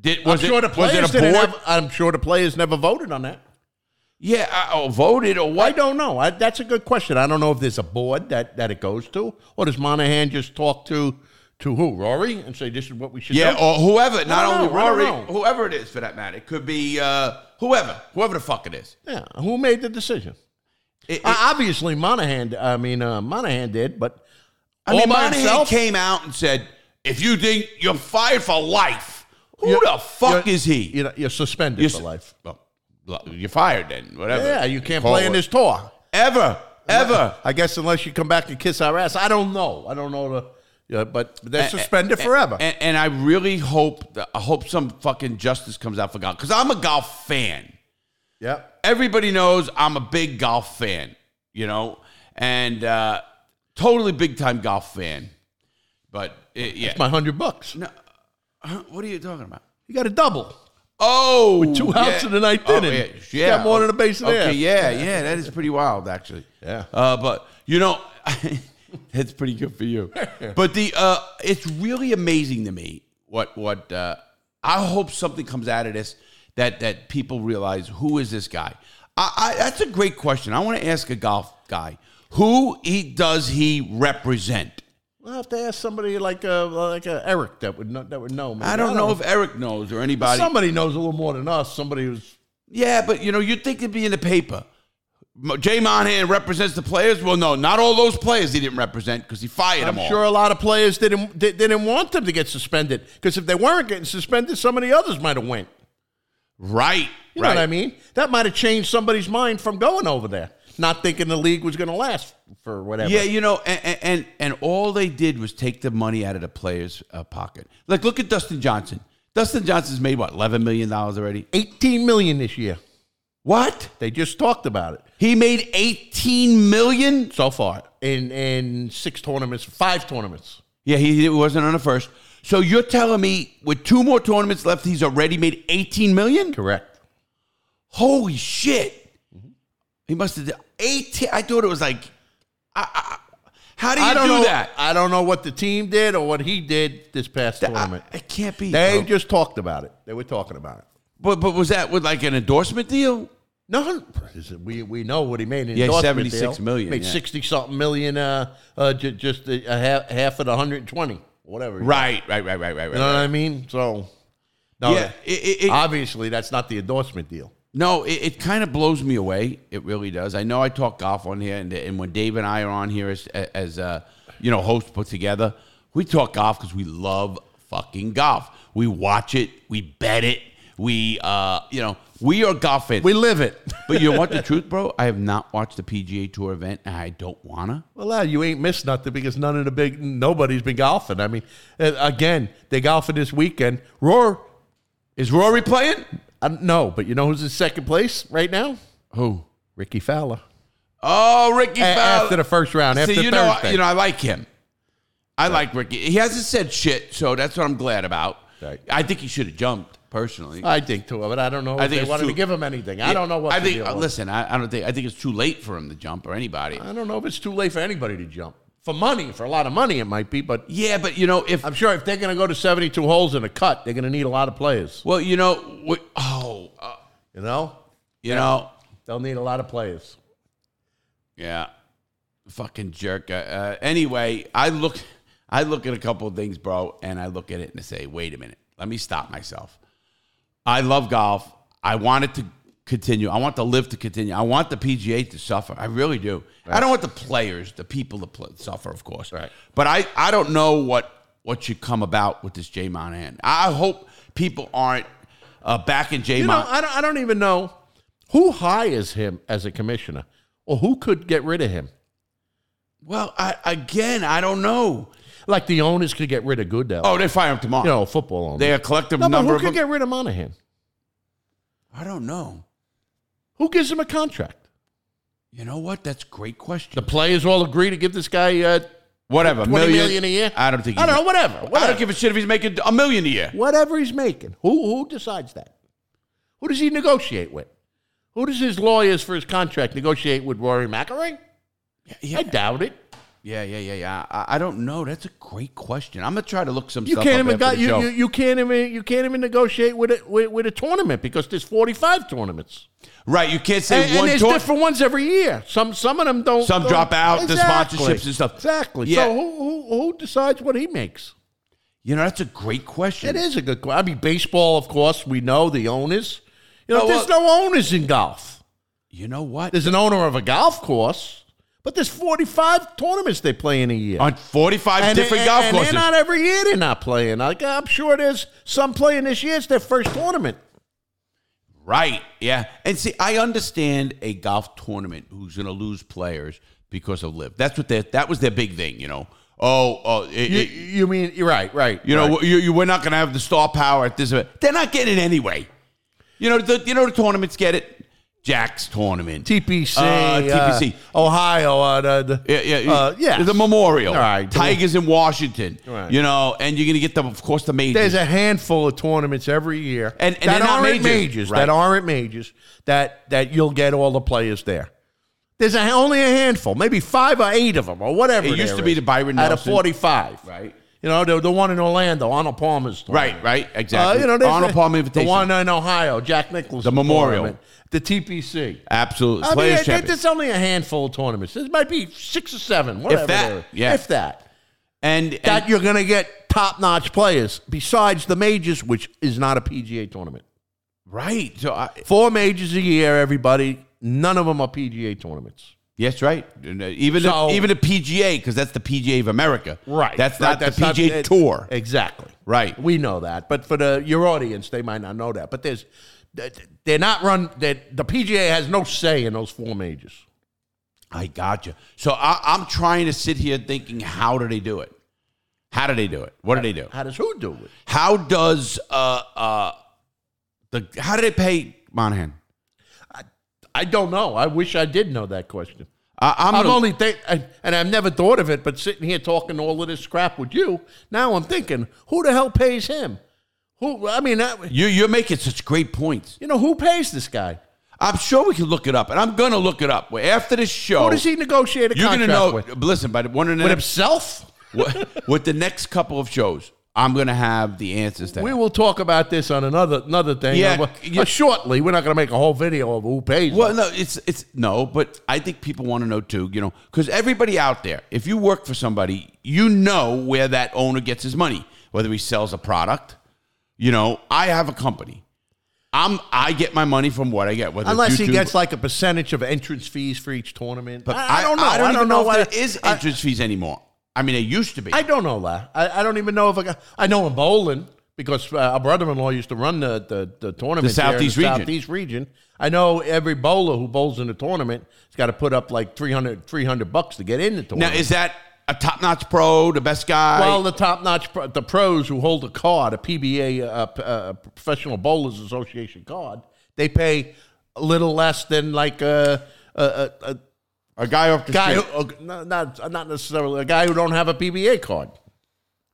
[SPEAKER 1] Did was
[SPEAKER 2] I'm sure
[SPEAKER 1] it
[SPEAKER 2] the
[SPEAKER 1] was
[SPEAKER 2] players
[SPEAKER 1] it a board?
[SPEAKER 2] didn't have- I'm sure the players never voted on that.
[SPEAKER 1] yeah, uh, oh, voted or
[SPEAKER 2] I
[SPEAKER 1] what?
[SPEAKER 2] don't know. I, that's a good question. I don't know if there's a board that, that it goes to, or does Monahan just talk to to who Rory and say this is what we should
[SPEAKER 1] Yeah, oh.
[SPEAKER 2] do?
[SPEAKER 1] or whoever. Not
[SPEAKER 2] don't
[SPEAKER 1] only
[SPEAKER 2] know, I don't
[SPEAKER 1] Rory,
[SPEAKER 2] know.
[SPEAKER 1] whoever it is for that matter. It could be uh, whoever, whoever the fuck it is.
[SPEAKER 2] yeah. Who made the decision?
[SPEAKER 1] It- it-
[SPEAKER 2] Uh, obviously, Monahan. I mean, uh, Monahan did, but
[SPEAKER 1] I mean,
[SPEAKER 2] all by
[SPEAKER 1] Monahan
[SPEAKER 2] himself?
[SPEAKER 1] came out and said, "If you think you're fired for life, who
[SPEAKER 2] You're-
[SPEAKER 1] the fuck
[SPEAKER 2] you're-
[SPEAKER 1] is he?"
[SPEAKER 2] You know, you're suspended
[SPEAKER 1] You're
[SPEAKER 2] for
[SPEAKER 1] s-
[SPEAKER 2] life.
[SPEAKER 1] Well, you're fired then. Whatever.
[SPEAKER 2] Yeah, you can't
[SPEAKER 1] Call
[SPEAKER 2] play in
[SPEAKER 1] it.
[SPEAKER 2] this tour.
[SPEAKER 1] ever, ever.
[SPEAKER 2] I guess unless you come back and kiss our ass. I don't know. I don't know the. Yeah, but they're
[SPEAKER 1] And-
[SPEAKER 2] suspended
[SPEAKER 1] and-
[SPEAKER 2] forever.
[SPEAKER 1] And, and I really hope that, I hope some fucking justice comes out for golf because I'm a golf fan.
[SPEAKER 2] yep.
[SPEAKER 1] Everybody knows I'm a big golf fan, you know, and uh, totally big time golf fan. But it, yeah,
[SPEAKER 2] my hundred bucks.
[SPEAKER 1] No, huh, what are you talking about?
[SPEAKER 2] You got a double.
[SPEAKER 1] Oh,
[SPEAKER 2] two
[SPEAKER 1] yeah.
[SPEAKER 2] outs in the ninth inning.
[SPEAKER 1] yeah,
[SPEAKER 2] You
[SPEAKER 1] yeah.
[SPEAKER 2] got more than a base in the
[SPEAKER 1] Okay,
[SPEAKER 2] half.
[SPEAKER 1] yeah, yeah, that is pretty wild, actually.
[SPEAKER 2] Yeah.
[SPEAKER 1] Uh, but you know, that's pretty good for you. but the uh, it's really amazing to me what what uh, I hope something comes out of this that that people realize who is this guy. I, I that's a great question. I want to ask a golf guy who he does he represent.
[SPEAKER 2] We'll have to ask somebody like uh, like uh, Eric that would know, that would know. man.
[SPEAKER 1] I don't know if Eric knows or anybody.
[SPEAKER 2] somebody knows a little more than us. Somebody who's
[SPEAKER 1] Yeah, but you know, you'd think it'd be in the paper. Mo- Jay Monahan represents the players. Well, no, not all those players he didn't represent because he fired
[SPEAKER 2] I'm
[SPEAKER 1] them all.
[SPEAKER 2] sure a lot of players didn't di- didn't want them to get suspended because if they weren't getting suspended, some of the others might have went.
[SPEAKER 1] Right.
[SPEAKER 2] You
[SPEAKER 1] right.
[SPEAKER 2] know what I mean? That might have changed somebody's mind from going over there, not thinking the league was going to last for whatever.
[SPEAKER 1] Yeah, you know, and, and and all they did was take the money out of the players' uh, pocket. Like, look at Dustin Johnson. Dustin Johnson's made what eleven million dollars already.
[SPEAKER 2] 18 million this year.
[SPEAKER 1] What?
[SPEAKER 2] They just talked about it
[SPEAKER 1] He made eighteen million.
[SPEAKER 2] so far in in six tournaments, five tournaments.
[SPEAKER 1] Yeah, he wasn't on the first. So you're telling me with two more tournaments left, he's already made eighteen million?
[SPEAKER 2] Correct.
[SPEAKER 1] Holy shit! He must have done eighteen. I thought it was like, I, I, how do you
[SPEAKER 2] I don't
[SPEAKER 1] do
[SPEAKER 2] know
[SPEAKER 1] that?
[SPEAKER 2] I don't know what the team did or what he did this past tournament.
[SPEAKER 1] I- it can't be.
[SPEAKER 2] they
[SPEAKER 1] bro.
[SPEAKER 2] just talked about it. They were talking about it.
[SPEAKER 1] but but was that with like an endorsement deal?
[SPEAKER 2] No, we we know what he made. in
[SPEAKER 1] Yeah,
[SPEAKER 2] endorsement
[SPEAKER 1] 76
[SPEAKER 2] deal.
[SPEAKER 1] million,
[SPEAKER 2] Made
[SPEAKER 1] yeah.
[SPEAKER 2] sixty something million. Uh, uh, ju- just a, a half, half of the hundred and twenty, whatever.
[SPEAKER 1] Right, right, right, right, right,
[SPEAKER 2] You know what I mean? So, no,
[SPEAKER 1] Yeah, it, it, it,
[SPEAKER 2] obviously that's not the endorsement deal.
[SPEAKER 1] no, it, it kind of blows me away. It really does. I know I talk golf on here, and, and when Dave and I are on here as as uh, you know hosts put together, we talk golf because we love fucking golf. We watch it, we bet it, we uh, you know we are golf fans.
[SPEAKER 2] We live it.
[SPEAKER 1] but you want the truth, bro? I have not watched the PGA Tour event, and I don't wanna.
[SPEAKER 2] Well, lad, you ain't missed nothing because none of the big nobody's been golfing. I mean, uh, again, they golfing this weekend. Roar,
[SPEAKER 1] Is Rory playing?
[SPEAKER 2] I don't know, Uh, but you know who's in second place right now?
[SPEAKER 1] Who?
[SPEAKER 2] Ricky Fowler.
[SPEAKER 1] Oh, Ricky
[SPEAKER 2] A-
[SPEAKER 1] Fowler.
[SPEAKER 2] after the first round, after
[SPEAKER 1] See, you know,
[SPEAKER 2] Thursday.
[SPEAKER 1] you know, I like him. I like Ricky. He hasn't said shit, so that's what I'm glad about.
[SPEAKER 2] Right.
[SPEAKER 1] I think he should have jumped. personally.
[SPEAKER 2] I think too, but I don't know.
[SPEAKER 1] I think
[SPEAKER 2] if they
[SPEAKER 1] it's
[SPEAKER 2] wanted
[SPEAKER 1] too-
[SPEAKER 2] to give him anything. I don't know what
[SPEAKER 1] I
[SPEAKER 2] the
[SPEAKER 1] think.
[SPEAKER 2] deal
[SPEAKER 1] uh,
[SPEAKER 2] was.
[SPEAKER 1] listen, I, I don't think. I think it's too late for him to jump or anybody.
[SPEAKER 2] I don't know if it's too late for anybody to jump for money. For a lot of money, it might be, but
[SPEAKER 1] yeah, but you know, if
[SPEAKER 2] I'm sure if they're going to go to 72 holes in a cut, they're going to need a lot of players.
[SPEAKER 1] well, you know, what, oh, uh,
[SPEAKER 2] You know,
[SPEAKER 1] you know,
[SPEAKER 2] they'll need a lot of players.
[SPEAKER 1] yeah, fucking jerk. Uh, Uh, anyway, I look, I look at a couple of things, bro, and I look at it and I say, wait a minute, let me stop myself. I love golf. I want it to continue. I want the live to continue. I want the PGA to suffer. I really do. I don't want the players, the people to pl- suffer, of course.
[SPEAKER 2] Right.
[SPEAKER 1] But I, I don't know what what should come about with this Jay Monahan. I hope people aren't uh, backing Jay
[SPEAKER 2] You know,
[SPEAKER 1] Mon-
[SPEAKER 2] I don't, I don't even know who hires him as a commissioner or who could get rid of him.
[SPEAKER 1] Well, I, again, I don't know.
[SPEAKER 2] Like the owners could get rid of Goodell.
[SPEAKER 1] Oh, they fire him tomorrow.
[SPEAKER 2] you know, football owners.
[SPEAKER 1] they a collective
[SPEAKER 2] no, but
[SPEAKER 1] number
[SPEAKER 2] who
[SPEAKER 1] of
[SPEAKER 2] could
[SPEAKER 1] them.
[SPEAKER 2] get rid of Monahan?
[SPEAKER 1] I don't know.
[SPEAKER 2] Who gives him a contract?
[SPEAKER 1] You know what? That's a great question.
[SPEAKER 2] The players all agree to give this guy uh,
[SPEAKER 1] Whatever,
[SPEAKER 2] 20
[SPEAKER 1] million,
[SPEAKER 2] million a year.
[SPEAKER 1] I don't think.
[SPEAKER 2] I
[SPEAKER 1] he's-
[SPEAKER 2] don't know. Whatever.
[SPEAKER 1] I
[SPEAKER 2] whatever.
[SPEAKER 1] don't give a shit if he's making a million a year.
[SPEAKER 2] whatever he's making. Who who decides that? Who does he negotiate with? Who does his lawyers for his contract negotiate with Rory McIlroy?
[SPEAKER 1] Yeah.
[SPEAKER 2] I doubt it.
[SPEAKER 1] Yeah, yeah, yeah, yeah. I, I don't know. That's a great question. I'm gonna try to look some
[SPEAKER 2] You
[SPEAKER 1] stuff
[SPEAKER 2] can't
[SPEAKER 1] up
[SPEAKER 2] even
[SPEAKER 1] after
[SPEAKER 2] got
[SPEAKER 1] the
[SPEAKER 2] you,
[SPEAKER 1] show.
[SPEAKER 2] you, you can't even you can't even negotiate with a with, with a tournament because there's 45 tournaments
[SPEAKER 1] right. You can't say
[SPEAKER 2] and, and
[SPEAKER 1] one
[SPEAKER 2] there's
[SPEAKER 1] tour-
[SPEAKER 2] different ones every year. Some some of them don't
[SPEAKER 1] Some
[SPEAKER 2] don't-
[SPEAKER 1] drop out, the
[SPEAKER 2] Exactly.
[SPEAKER 1] sponsorships and stuff.
[SPEAKER 2] Exactly.
[SPEAKER 1] Yeah.
[SPEAKER 2] So who, who who decides what he makes?
[SPEAKER 1] You know, that's a great question.
[SPEAKER 2] It is a good. que- I mean, baseball, of course, we know the owners. You
[SPEAKER 1] No,
[SPEAKER 2] know, there's no owners in golf.
[SPEAKER 1] You know what?
[SPEAKER 2] There's an owner of a golf course, but there's 45 tournaments they play in a year.
[SPEAKER 1] On 45
[SPEAKER 2] and
[SPEAKER 1] Oh, different
[SPEAKER 2] and-
[SPEAKER 1] golf
[SPEAKER 2] and
[SPEAKER 1] courses.
[SPEAKER 2] They're not every year they're not playing. Like I'm sure there's some playing this year. It's their first tournament.
[SPEAKER 1] Right. Yeah. And see, I understand a golf tournament who's going to lose players because of live. That's what they, that was their big thing, you know. Oh, oh, it-
[SPEAKER 2] You,
[SPEAKER 1] it- you,
[SPEAKER 2] you mean you're right, right?
[SPEAKER 1] know, you, you, we're not going to have the star power at this event. They're not getting it anyway. You know, the, you know the tournaments get it. Jack's tournament.
[SPEAKER 2] TPC,
[SPEAKER 1] Uh,
[SPEAKER 2] uh,
[SPEAKER 1] TPC.
[SPEAKER 2] Ohio, uh, the, the,
[SPEAKER 1] Yeah, yeah,
[SPEAKER 2] uh, yeah.
[SPEAKER 1] The memorial,
[SPEAKER 2] All right.
[SPEAKER 1] Tigers in Washington,
[SPEAKER 2] Right.
[SPEAKER 1] you know, and you're going to get the, of course, the majors.
[SPEAKER 2] There's a handful of tournaments every year
[SPEAKER 1] And- and
[SPEAKER 2] that
[SPEAKER 1] they're not
[SPEAKER 2] aren't
[SPEAKER 1] majors,
[SPEAKER 2] majors,
[SPEAKER 1] right.
[SPEAKER 2] that aren't majors that that you'll get all the players there. There's a, only a handful, maybe five or eight of them, or whatever.
[SPEAKER 1] It used
[SPEAKER 2] there
[SPEAKER 1] to be
[SPEAKER 2] is,
[SPEAKER 1] the Byron
[SPEAKER 2] out of
[SPEAKER 1] Nelson.
[SPEAKER 2] 45,
[SPEAKER 1] Right.
[SPEAKER 2] You know the, the one in Orlando, Arnold Palmer's.
[SPEAKER 1] right,
[SPEAKER 2] tournament.
[SPEAKER 1] right, exactly.
[SPEAKER 2] Uh, you know there's
[SPEAKER 1] Arnold
[SPEAKER 2] a-
[SPEAKER 1] Palmer
[SPEAKER 2] The
[SPEAKER 1] Invitational.
[SPEAKER 2] one in Ohio, Jack Nicholson.
[SPEAKER 1] The Memorial.
[SPEAKER 2] tournament, the TPC.
[SPEAKER 1] Absolutely.
[SPEAKER 2] I mean,
[SPEAKER 1] Players
[SPEAKER 2] there-
[SPEAKER 1] champion.
[SPEAKER 2] there's only a handful of tournaments. There might be six or seven, whatever.
[SPEAKER 1] that,
[SPEAKER 2] there is.
[SPEAKER 1] yeah.
[SPEAKER 2] If that
[SPEAKER 1] and, and
[SPEAKER 2] that you're going to get top notch players besides the majors, which is not a PGA tournament.
[SPEAKER 1] right. So I,
[SPEAKER 2] Four majors a year, everybody. None of them are PGA tournaments.
[SPEAKER 1] Yes, right. And, uh, Even
[SPEAKER 2] So-
[SPEAKER 1] the, even the PGA because that's the PGA of America. That's
[SPEAKER 2] Right,
[SPEAKER 1] not the PGA
[SPEAKER 2] it-
[SPEAKER 1] Tour.
[SPEAKER 2] Exactly.
[SPEAKER 1] Right.
[SPEAKER 2] We know that, but for the your audience, they might not know that. But there's they're not run. That the PGA has no say in those four majors.
[SPEAKER 1] I gotcha. So I, I'm trying to sit here thinking, how do they do it? How do they do it? What do they do?
[SPEAKER 2] How does who do it?
[SPEAKER 1] How does uh uh the how do they pay Monahan?
[SPEAKER 2] I don't know. I wish I did know that question.
[SPEAKER 1] I, I'm,
[SPEAKER 2] I'm
[SPEAKER 1] gonna-
[SPEAKER 2] only think, and, and I've never thought of it, but sitting here talking all of this crap with you, now I'm thinking, who the hell pays him? Who? I mean, I,
[SPEAKER 1] you you're making such great points.
[SPEAKER 2] you know, who pays this guy?
[SPEAKER 1] I'm sure we can look it up, and I'm gonna look it up Well, after this show.
[SPEAKER 2] Who does he negotiate a
[SPEAKER 1] you're gonna
[SPEAKER 2] contract
[SPEAKER 1] know.
[SPEAKER 2] with?
[SPEAKER 1] Listen, by the one of the
[SPEAKER 2] With
[SPEAKER 1] next,
[SPEAKER 2] himself?
[SPEAKER 1] with, with the next couple of shows, I'm gonna have the answers. To that.
[SPEAKER 2] We will talk about this on another another thing.
[SPEAKER 1] Yeah,
[SPEAKER 2] uh,
[SPEAKER 1] you-
[SPEAKER 2] shortly. We're not going to make a whole video of who pays.
[SPEAKER 1] Well,
[SPEAKER 2] him.
[SPEAKER 1] no, it's it's no, but I think people want to know too. You know, because everybody out there, if you work for somebody, you know where that owner gets his money, whether he sells a product. You know, I have a company. I'm I get my money from what I get. Whether it's
[SPEAKER 2] Unless he
[SPEAKER 1] YouTube-
[SPEAKER 2] gets like a percentage of entrance fees for each tournament.
[SPEAKER 1] but
[SPEAKER 2] I, I don't know.
[SPEAKER 1] I don't, even know,
[SPEAKER 2] why
[SPEAKER 1] if there is
[SPEAKER 2] I,
[SPEAKER 1] entrance fees anymore. I mean, it used to be.
[SPEAKER 2] I don't know that. I, I don't even know if I got. I know in bowling because uh, our brother-in-law used to run the the, the tournament
[SPEAKER 1] The
[SPEAKER 2] there in
[SPEAKER 1] Southeast region.
[SPEAKER 2] Southeast region. I know every bowler who bowls in the tournament has got to put up like 300, 300 bucks to get in the
[SPEAKER 1] now,
[SPEAKER 2] tournament.
[SPEAKER 1] is that a top-notch pro, the best guy?
[SPEAKER 2] well, the top-notch, pro, the pros who hold a card, a PBA, uh, p- uh, Professional Bowlers Association card, they pay a little less than like a, a, a, a
[SPEAKER 1] a guy off the
[SPEAKER 2] guy
[SPEAKER 1] street.
[SPEAKER 2] who, uh, not not necessarily a guy who don't have a PBA card.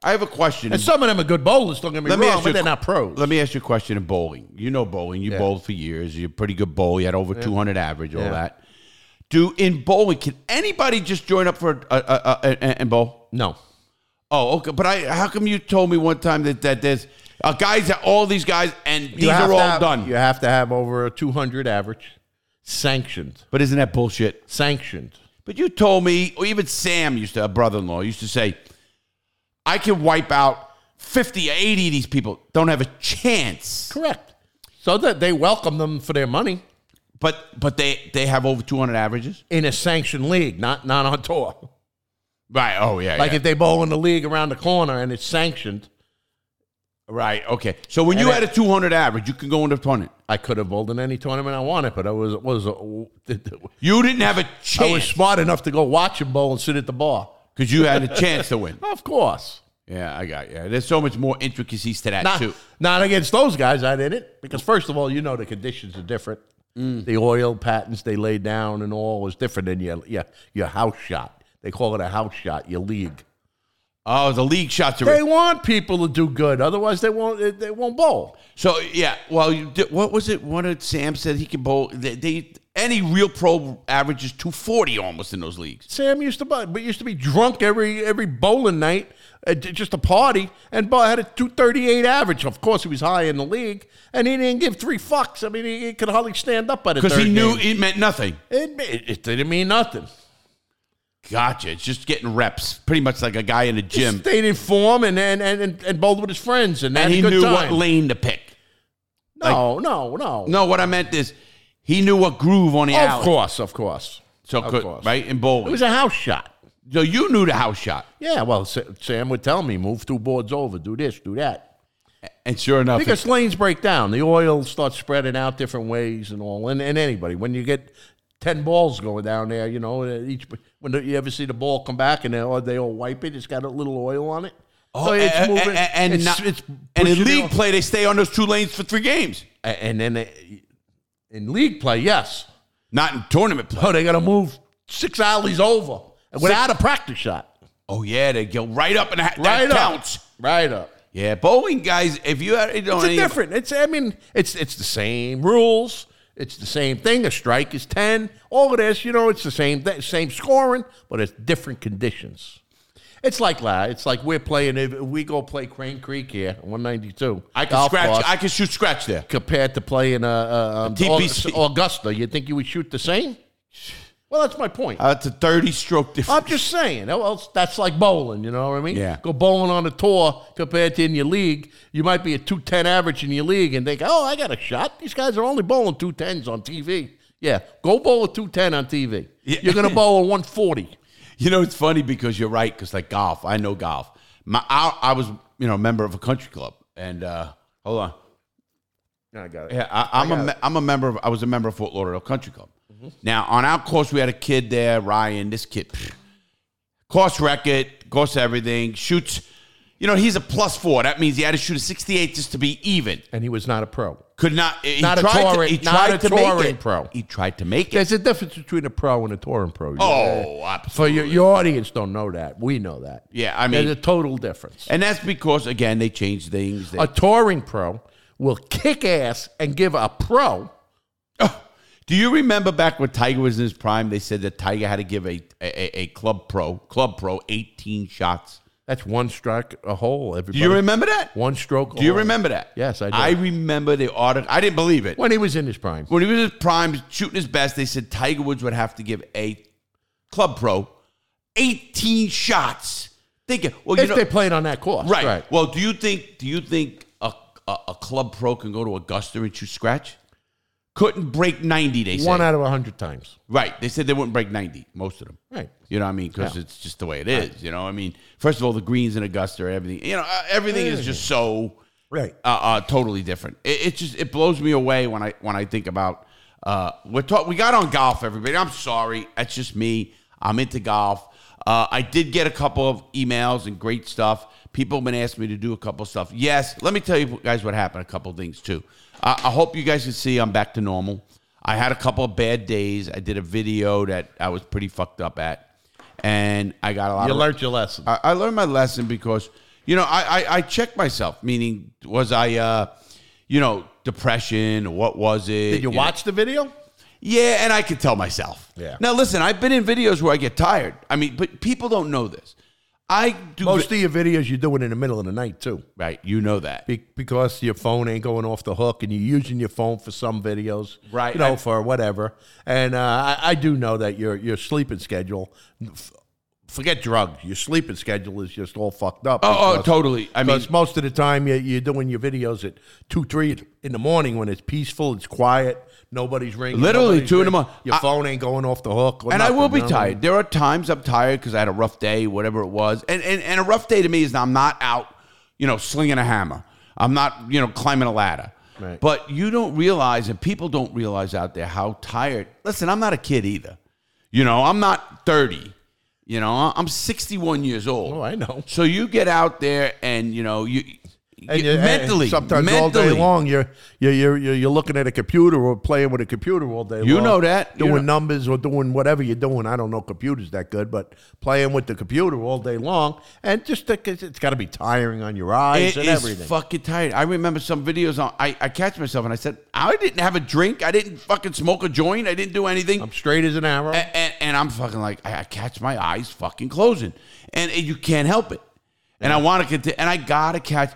[SPEAKER 1] I have a question.
[SPEAKER 2] And some of them are good bowlers. Don't get me
[SPEAKER 1] Let me
[SPEAKER 2] wrong,
[SPEAKER 1] ask you
[SPEAKER 2] but
[SPEAKER 1] a
[SPEAKER 2] they're
[SPEAKER 1] qu-
[SPEAKER 2] not pros.
[SPEAKER 1] Let me ask you a question in bowling. You know bowling. You
[SPEAKER 2] Yeah.
[SPEAKER 1] bowled for years. You're a pretty good bowler. You had over 200 average, all
[SPEAKER 2] Yeah.
[SPEAKER 1] that. Do in bowling, can anybody just join up for a, a, a, a, and bowl?
[SPEAKER 2] no,
[SPEAKER 1] Oh, okay. But I, how come you told me one time that, that there's uh, guys, that all these guys, and these
[SPEAKER 2] You have
[SPEAKER 1] are
[SPEAKER 2] to
[SPEAKER 1] all
[SPEAKER 2] have-
[SPEAKER 1] done?
[SPEAKER 2] You have to have over a 200 average, sanctioned,
[SPEAKER 1] But isn't that bullshit?
[SPEAKER 2] sanctioned.
[SPEAKER 1] But you told me, or even Sam used to, a brother-in-law used to say, I can wipe out 50 or 80 of these people. Don't have a chance.
[SPEAKER 2] Correct. So that they welcome them for their money
[SPEAKER 1] But but they, they have over 200 averages?
[SPEAKER 2] in a sanctioned league, not not on tour.
[SPEAKER 1] Right. Oh, yeah.
[SPEAKER 2] Like
[SPEAKER 1] yeah.
[SPEAKER 2] if they bowl in the league around the corner and it's sanctioned,
[SPEAKER 1] Right. Okay. So when
[SPEAKER 2] And
[SPEAKER 1] you
[SPEAKER 2] it-
[SPEAKER 1] had a 200 average, you can go into tournament.
[SPEAKER 2] I could have bowled in any tournament I wanted, but I was was uh, I
[SPEAKER 1] You didn't have a
[SPEAKER 2] was
[SPEAKER 1] chance
[SPEAKER 2] smart enough to go watch him bowl and sit at the bar.
[SPEAKER 1] because you had a chance to win.
[SPEAKER 2] Of course,
[SPEAKER 1] Yeah, I got you. There's so much more intricacies to that
[SPEAKER 2] not
[SPEAKER 1] too.
[SPEAKER 2] not against those guys. I didn't because first of all, you know the conditions are different.
[SPEAKER 1] Mm.
[SPEAKER 2] The oil patents they lay down and all is different than your your, your house shot. They call it a house shot. Your league.
[SPEAKER 1] Oh, the league shots are.
[SPEAKER 2] They want people to do good, otherwise they won't. They won't bowl.
[SPEAKER 1] So yeah. Well, you did, what was it? One of Sam said he can bowl. They, they any real pro averages 240 almost in those leagues.
[SPEAKER 2] Sam used to buy, but used to be drunk every every bowling night, uh, j- just a party, and boy, had a two thirty eight average. Of course, he was high in the league, and he didn't give three fucks. I mean, he, he could hardly stand up by the
[SPEAKER 1] Because
[SPEAKER 2] third
[SPEAKER 1] he knew
[SPEAKER 2] game.
[SPEAKER 1] it meant nothing.
[SPEAKER 2] it, it, it didn't mean nothing.
[SPEAKER 1] Gotcha. It's just getting reps, pretty much like a guy in a gym,
[SPEAKER 2] Stayed in form and and and, and, and bowled with his friends, and,
[SPEAKER 1] and
[SPEAKER 2] had
[SPEAKER 1] he
[SPEAKER 2] a good
[SPEAKER 1] knew
[SPEAKER 2] time.
[SPEAKER 1] what lane to pick.
[SPEAKER 2] no, no, no,
[SPEAKER 1] No, what I meant is he knew what groove on the
[SPEAKER 2] Of
[SPEAKER 1] alley.
[SPEAKER 2] course, of course.
[SPEAKER 1] So
[SPEAKER 2] Of
[SPEAKER 1] could,
[SPEAKER 2] course.
[SPEAKER 1] right in bowling.
[SPEAKER 2] It was a house shot.
[SPEAKER 1] So you knew the house shot,
[SPEAKER 2] Yeah, well, Sa- Sam would tell me, move two boards over, do this, do that.
[SPEAKER 1] and sure enough,
[SPEAKER 2] Because lanes break down, the oil starts spreading out different ways and all. And, and anybody, when you get ten balls going down there, you know uh, each when you ever see the ball come back and they all, they all wipe it, it's got a little oil on it. so it's
[SPEAKER 1] Oh, a- a-
[SPEAKER 2] moving,
[SPEAKER 1] a- and
[SPEAKER 2] it's,
[SPEAKER 1] not-
[SPEAKER 2] it's
[SPEAKER 1] and in
[SPEAKER 2] pushing the
[SPEAKER 1] league
[SPEAKER 2] oil.
[SPEAKER 1] play, they stay on those two lanes for three games,
[SPEAKER 2] A- and then they, in league play, yes,
[SPEAKER 1] not in tournament play.
[SPEAKER 2] oh, they got to move six alleys over without a practice shot,
[SPEAKER 1] Oh yeah, they go right up and that,
[SPEAKER 2] right
[SPEAKER 1] that counts.
[SPEAKER 2] up, right up.
[SPEAKER 1] Yeah, bowling guys, if you had- you know,
[SPEAKER 2] It's a
[SPEAKER 1] any-
[SPEAKER 2] different. It's I mean, it's it's the same rules. It's the same thing. A strike is ten. All of this, you know, it's the same thing, same scoring, but it's different conditions. It's like la- it's like we're playing. If we go play Crane Creek here, one ninety two.
[SPEAKER 1] I can scratch. I can shoot scratch there.
[SPEAKER 2] compared to playing uh, uh, um,
[SPEAKER 1] TPC.
[SPEAKER 2] Au- Augusta. You think you would shoot the same? Well, that's my point.
[SPEAKER 1] Uh, it's a thirty stroke difference.
[SPEAKER 2] I'm just saying. That- well, that's like bowling. You know what I mean?
[SPEAKER 1] Yeah.
[SPEAKER 2] Go bowling on a tour compared to in your league. You might be a two ten average in your league and think, oh, I got a shot. These guys are only bowling two tens on TV. Yeah. Go bowl a two ten on TV.
[SPEAKER 1] Yeah.
[SPEAKER 2] You're gonna bowl a one forty.
[SPEAKER 1] You know, it's funny because you're right. Because like golf, I know golf. My I, I was you know a member of a country club, and uh, hold on.
[SPEAKER 2] I got it.
[SPEAKER 1] Yeah, I, I'm a me- I'm a member of I was a member of Fort Lauderdale Country Club. Now on our course we had a kid there, Ryan. This kid, pfft, course record, course everything, shoots. You know he's a plus four. That means he had to shoot a 68 just to be even.
[SPEAKER 2] And he was not a pro.
[SPEAKER 1] Could not. He
[SPEAKER 2] Not a
[SPEAKER 1] tried to,
[SPEAKER 2] touring-
[SPEAKER 1] he
[SPEAKER 2] not
[SPEAKER 1] tried
[SPEAKER 2] a
[SPEAKER 1] to make
[SPEAKER 2] touring
[SPEAKER 1] it.
[SPEAKER 2] pro.
[SPEAKER 1] He tried to make it.
[SPEAKER 2] There's a difference between a pro and a touring pro.
[SPEAKER 1] Oh,
[SPEAKER 2] For
[SPEAKER 1] absolutely.
[SPEAKER 2] your, your audience don't know that. We know that.
[SPEAKER 1] Yeah, I mean-
[SPEAKER 2] there's a total difference.
[SPEAKER 1] and that's because again they changed things. They,
[SPEAKER 2] a touring pro will kick ass and give a pro
[SPEAKER 1] Oh, Do you remember back when Tiger was in his prime? They said that Tiger had to give a a, a- a club pro club pro 18 shots.
[SPEAKER 2] That's one strike a hole. Everybody.
[SPEAKER 1] Do you remember that?
[SPEAKER 2] One stroke.
[SPEAKER 1] Do you remember that?
[SPEAKER 2] Yes, I do.
[SPEAKER 1] I remember the article. I didn't believe it.
[SPEAKER 2] when he was in his prime?
[SPEAKER 1] When he was in his prime, shooting his best, they said Tiger Woods would have to give a club pro 18 shots. Thinking, well, you
[SPEAKER 2] if
[SPEAKER 1] know,
[SPEAKER 2] they played on that course,
[SPEAKER 1] right. Well, do you think do you think a, a a club pro can go to Augusta and shoot scratch? Couldn't break 90. They said
[SPEAKER 2] One out of a hundred times.
[SPEAKER 1] right. They said they wouldn't break 90. Most of them.
[SPEAKER 2] Right.
[SPEAKER 1] You know what I mean? Because it's just the way it is. You know, I mean, first of all, the greens in Augusta, everything. You know, uh, everything is just so
[SPEAKER 2] Right.
[SPEAKER 1] uh, uh, totally different. It, it just it blows me away when I when I think about uh, we're talk- we got on golf. Everybody, I'm sorry, that's just me. I'm into golf. Uh, I did get a couple of emails and great stuff. People have been asking me to do a couple of stuff. Yes, let me tell you guys what happened. A couple of things too. Uh, I hope you guys can see I'm back to normal. I had a couple of bad days. I did a video that I was pretty fucked up at, and I got a lot
[SPEAKER 2] You
[SPEAKER 1] of
[SPEAKER 2] learned your lesson.
[SPEAKER 1] I, I learned my lesson because You know, I, I I checked myself. Meaning, was I, uh, you know, depression? What was it?
[SPEAKER 2] Did you,
[SPEAKER 1] know?
[SPEAKER 2] watch the video?
[SPEAKER 1] Yeah, and I could tell myself.
[SPEAKER 2] Yeah.
[SPEAKER 1] Now listen, I've been in videos where I get tired. I mean, but people don't know this. I do
[SPEAKER 2] Most of your videos you do it in the middle of the night too,
[SPEAKER 1] right. You know that.
[SPEAKER 2] Be- because your phone ain't going off the hook, and you're using your phone for some videos,
[SPEAKER 1] Right,
[SPEAKER 2] You know,
[SPEAKER 1] I-
[SPEAKER 2] for whatever. And uh, I, I do know that your your sleeping schedule, f- forget drugs, your sleeping schedule is just all fucked up.
[SPEAKER 1] Oh, oh
[SPEAKER 2] because-
[SPEAKER 1] totally. I mean,
[SPEAKER 2] Because most of the time you- you're doing your videos at two, three in the morning when it's peaceful, it's quiet, nobody's ringing.
[SPEAKER 1] Literally
[SPEAKER 2] nobody's
[SPEAKER 1] two in the
[SPEAKER 2] ringing,
[SPEAKER 1] morning.
[SPEAKER 2] Your
[SPEAKER 1] I-
[SPEAKER 2] phone ain't going off the hook. or
[SPEAKER 1] and I will
[SPEAKER 2] nothing,
[SPEAKER 1] be
[SPEAKER 2] you know?
[SPEAKER 1] tired. There are times I'm tired because I had a rough day, whatever it was. And, and and a rough day to me is I'm not out, you know, slinging a hammer. I'm not, you know, climbing a ladder.
[SPEAKER 2] Right.
[SPEAKER 1] But you don't realize, and people don't realize out there how tired. Listen, I'm not a kid either. You know, I'm not 30. You know, I- I'm 61 years old.
[SPEAKER 2] Oh, I know.
[SPEAKER 1] So you get out there, and you know, you
[SPEAKER 2] And
[SPEAKER 1] you-
[SPEAKER 2] you- and
[SPEAKER 1] mentally,
[SPEAKER 2] sometimes
[SPEAKER 1] mentally,
[SPEAKER 2] all day long, you're you're, you're you're you're looking at a computer or playing with a computer all day.
[SPEAKER 1] You
[SPEAKER 2] long,
[SPEAKER 1] know that. You
[SPEAKER 2] doing
[SPEAKER 1] know-
[SPEAKER 2] numbers or doing whatever you're doing. I don't know computers that good, but playing with the computer all day long, and just think it's, it's got to be tiring on your eyes
[SPEAKER 1] It
[SPEAKER 2] and
[SPEAKER 1] is
[SPEAKER 2] everything.
[SPEAKER 1] fucking tired. I remember some videos on. I, I catch myself and I said, I didn't have a drink. I didn't fucking smoke a joint. I didn't do anything.
[SPEAKER 2] I'm straight as an arrow.
[SPEAKER 1] A- and, and I'm fucking like, I, I catch my eyes fucking closing, and, and you can't help it. And I want to continue, and I gotta catch.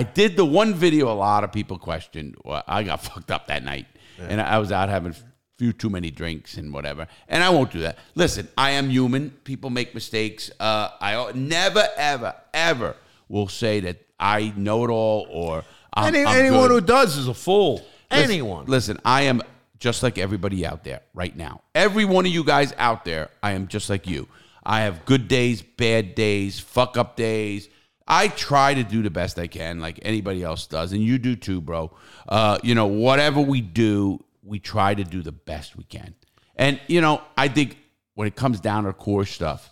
[SPEAKER 1] I did the one video a lot of people questioned. Well, I got fucked up that night, and I, I was out having a few too many drinks and whatever. And I won't do that. Listen, I am human. People make mistakes. Uh, I al- never, ever, ever will say that I know it all or I'm,
[SPEAKER 2] Any,
[SPEAKER 1] I'm
[SPEAKER 2] anyone
[SPEAKER 1] good.
[SPEAKER 2] who does is a fool.
[SPEAKER 1] Listen-
[SPEAKER 2] anyone.
[SPEAKER 1] Listen, I am just like everybody out there right now. Every one of you guys out there, I am just like you. I have good days, bad days, fuck up days. I try to do the best I can, like anybody else does, and you do too, bro. Uh, you know, whatever we do, we try to do the best we can. And you know, I think when it comes down to core stuff,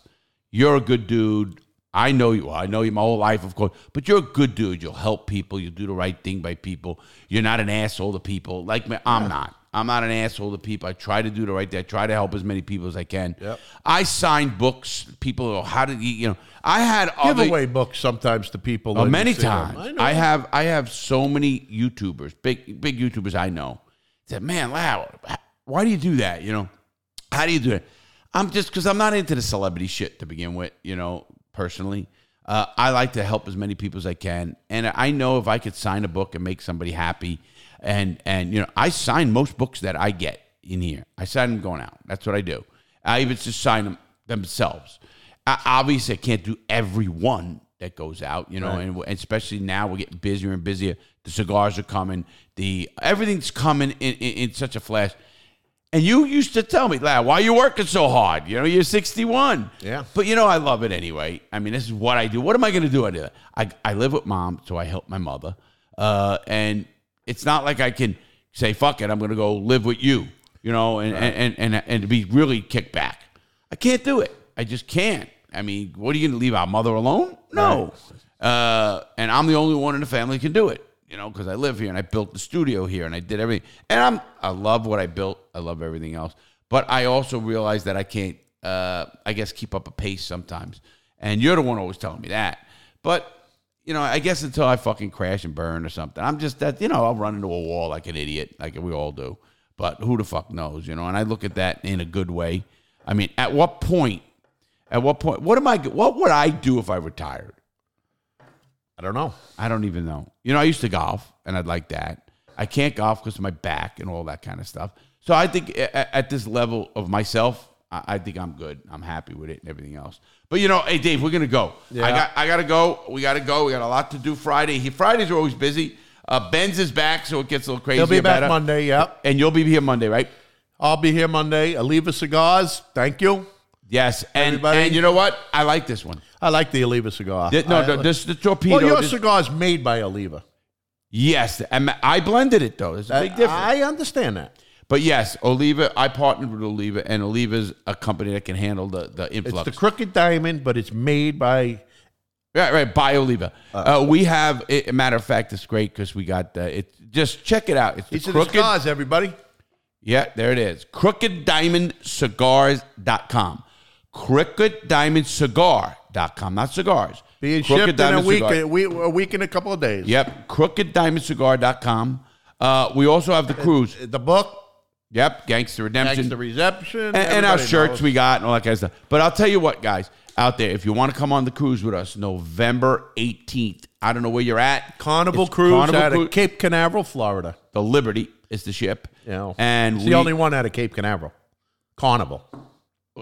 [SPEAKER 1] you're a good dude. I know you. I know you my whole life, of course. But you're a good dude. You'll help people. You'll do the right thing by people. You're not an asshole to people. Like me, I'm not. I'm not an asshole to people. I try to do the right thing. I try to help as many people as I can.
[SPEAKER 2] Yep.
[SPEAKER 1] I sign books. People, go, how did you? You know, I had all
[SPEAKER 2] Give
[SPEAKER 1] the
[SPEAKER 2] away books sometimes to people.
[SPEAKER 1] Oh,
[SPEAKER 2] when you
[SPEAKER 1] many
[SPEAKER 2] see them.
[SPEAKER 1] times.
[SPEAKER 2] I know.
[SPEAKER 1] I, have I have so many YouTubers, big big YouTubers I know. Said, man, Lau, why do you do that? You know, how do you do it? I'm just because I'm not into the celebrity shit to begin with. You know, personally, uh, I like to help as many people as I can, and I know if I could sign a book and make somebody happy, and and you know, I sign most books that I get in here. I sign them going out. That's what I do. I even just sign them themselves. I, obviously, I can't do every one that goes out, you know, and w- especially now we're getting busier and busier. The cigars are coming. The everything's coming in, in, in such a flash. And you used to tell me, lad, why are you working so hard? You know, you're 61.
[SPEAKER 2] Yeah.
[SPEAKER 1] But you know, I love it anyway. I mean, this is what I do. What am I going to do? I do that. I, I live with mom, so I help my mother. Uh, and it's not like I can say, fuck it, I'm going to go live with you, you know, and, and, and, and, and be really kicked back. I can't do it. I just can't. I mean, what are you going to leave our mother alone? No. Uh, and I'm the only one in the family who can do it, you know, because I live here and I built the studio here and I did everything. And I'm I love what I built. I love everything else. But I also realize that I can't, uh, I guess, keep up a pace sometimes. And you're the one always telling me that. But you know, I guess until I fucking crash and burn or something, I'm just that. You know, I'll run into a wall like an idiot, like we all do. But who the fuck knows, you know? And I look at that in a good way. I mean, at what point? At what point? What am I? What would I do if I retired?
[SPEAKER 2] I don't know.
[SPEAKER 1] I don't even know. You know, I used to golf, and I'd like that. I can't golf because of my back and all that kind of stuff. So I think at, at this level of myself, I, I think I'm good. I'm happy with it and everything else. But you know, hey Dave, we're gonna go. I
[SPEAKER 2] Yeah.
[SPEAKER 1] got I gotta go. We gotta go. We got a lot to do Friday. He, Fridays are always busy. Uh, Ben's is back, so it gets a little crazy.
[SPEAKER 2] He'll be back
[SPEAKER 1] better.
[SPEAKER 2] Monday. Yep.
[SPEAKER 1] and you'll be here Monday, right?
[SPEAKER 2] I'll be here Monday. Aliva Cigars. Thank you.
[SPEAKER 1] Yes. And
[SPEAKER 2] Everybody-
[SPEAKER 1] and you know what? I like this one.
[SPEAKER 2] I like the Aliva cigar.
[SPEAKER 1] Th- no,
[SPEAKER 2] I-
[SPEAKER 1] no, this the torpedo.
[SPEAKER 2] well, your
[SPEAKER 1] this-
[SPEAKER 2] cigar is made by Aliva.
[SPEAKER 1] yes, and I blended it though. There's a big difference.
[SPEAKER 2] I understand that.
[SPEAKER 1] But yes, Oliva, I partnered with Oliva, and Oliva's a company that can handle the, the
[SPEAKER 2] It's
[SPEAKER 1] influx.
[SPEAKER 2] the crooked diamond, but it's made by
[SPEAKER 1] right, right, by Oliva. Uh, we have, a matter of fact, it's great because we got uh, it. Just check it out. It's the
[SPEAKER 2] These are the
[SPEAKER 1] crooked.
[SPEAKER 2] cigars, everybody.
[SPEAKER 1] yeah, there it is. Crooked Diamond Cigars.com. Cricket Diamond Cigar.com, not cigars.
[SPEAKER 2] Being
[SPEAKER 1] Crooked
[SPEAKER 2] shipped in a
[SPEAKER 1] Diamond
[SPEAKER 2] week, eh?
[SPEAKER 1] Cigar.
[SPEAKER 2] a week, a week and a couple of days.
[SPEAKER 1] Yep, crookeddiamondcigar.com. Uh, we also have the cruise.
[SPEAKER 2] The book,
[SPEAKER 1] Yep, Gangster Redemption.
[SPEAKER 2] Thanks to Reception.
[SPEAKER 1] and, and our
[SPEAKER 2] everybody
[SPEAKER 1] shirts
[SPEAKER 2] knows.
[SPEAKER 1] we got and all that kind of stuff. But I'll tell you what, guys, out there, if you want to come on the cruise with us, November 18th, I don't know where you're at.
[SPEAKER 2] Carnival
[SPEAKER 1] It's
[SPEAKER 2] Cruise
[SPEAKER 1] Carnival
[SPEAKER 2] out
[SPEAKER 1] Cruise-
[SPEAKER 2] of Cape Canaveral, Florida.
[SPEAKER 1] The Liberty is the ship.
[SPEAKER 2] Yeah.
[SPEAKER 1] And
[SPEAKER 2] It's
[SPEAKER 1] we,
[SPEAKER 2] the only one out of Cape Canaveral. Carnival.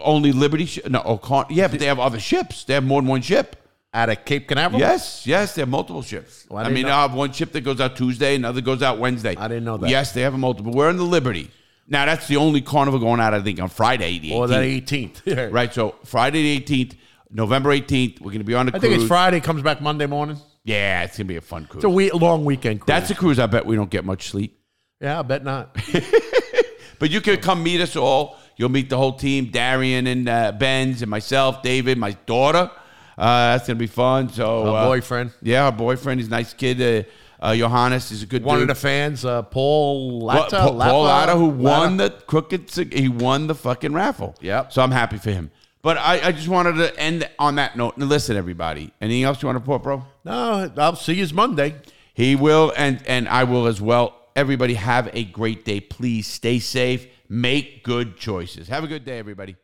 [SPEAKER 1] only Liberty ship. No, oh, Car- yeah, but they have other ships. They have more than one ship.
[SPEAKER 2] Out of Cape Canaveral?
[SPEAKER 1] Yes, yes, they have multiple ships.
[SPEAKER 2] Well, I
[SPEAKER 1] I,
[SPEAKER 2] didn't
[SPEAKER 1] mean,
[SPEAKER 2] know-
[SPEAKER 1] I have one ship that goes out Tuesday, another goes out Wednesday.
[SPEAKER 2] I didn't know that.
[SPEAKER 1] Yes, they have a multiple. We're in the Liberty. Now, that's the only carnival going out, I think, on Friday, the 18th.
[SPEAKER 2] Or the 18th. Yeah.
[SPEAKER 1] Right, so Friday the 18th, November 18th, we're going to be on the
[SPEAKER 2] I
[SPEAKER 1] cruise.
[SPEAKER 2] think it's Friday, comes back Monday morning.
[SPEAKER 1] Yeah, it's gonna be a fun cruise.
[SPEAKER 2] It's a we long weekend cruise.
[SPEAKER 1] That's a cruise. I bet we don't get much sleep.
[SPEAKER 2] yeah, I bet not.
[SPEAKER 1] But you can come meet us all. You'll meet the whole team: Darian and uh, Benz and myself, David, my daughter. Uh, that's gonna be fun. So
[SPEAKER 2] Our
[SPEAKER 1] uh,
[SPEAKER 2] boyfriend.
[SPEAKER 1] yeah, our boyfriend. He's a nice kid. Uh, uh, Johannes is a good
[SPEAKER 2] One of
[SPEAKER 1] dude.
[SPEAKER 2] the fans, uh, Paul
[SPEAKER 1] What-
[SPEAKER 2] Latta.
[SPEAKER 1] Pa- Paul
[SPEAKER 2] Latta-
[SPEAKER 1] Latta, who won
[SPEAKER 2] Latta.
[SPEAKER 1] the crooked, cig- he won the fucking raffle.
[SPEAKER 2] Yep.
[SPEAKER 1] So I'm happy for him. But I, I just wanted to end on that note. And listen, everybody. Anything else you want to report, bro?
[SPEAKER 2] No, I'll see you Monday.
[SPEAKER 1] He will, and and I will as well. Everybody, have a great day. Please stay safe. Make good choices. Have a good day, everybody.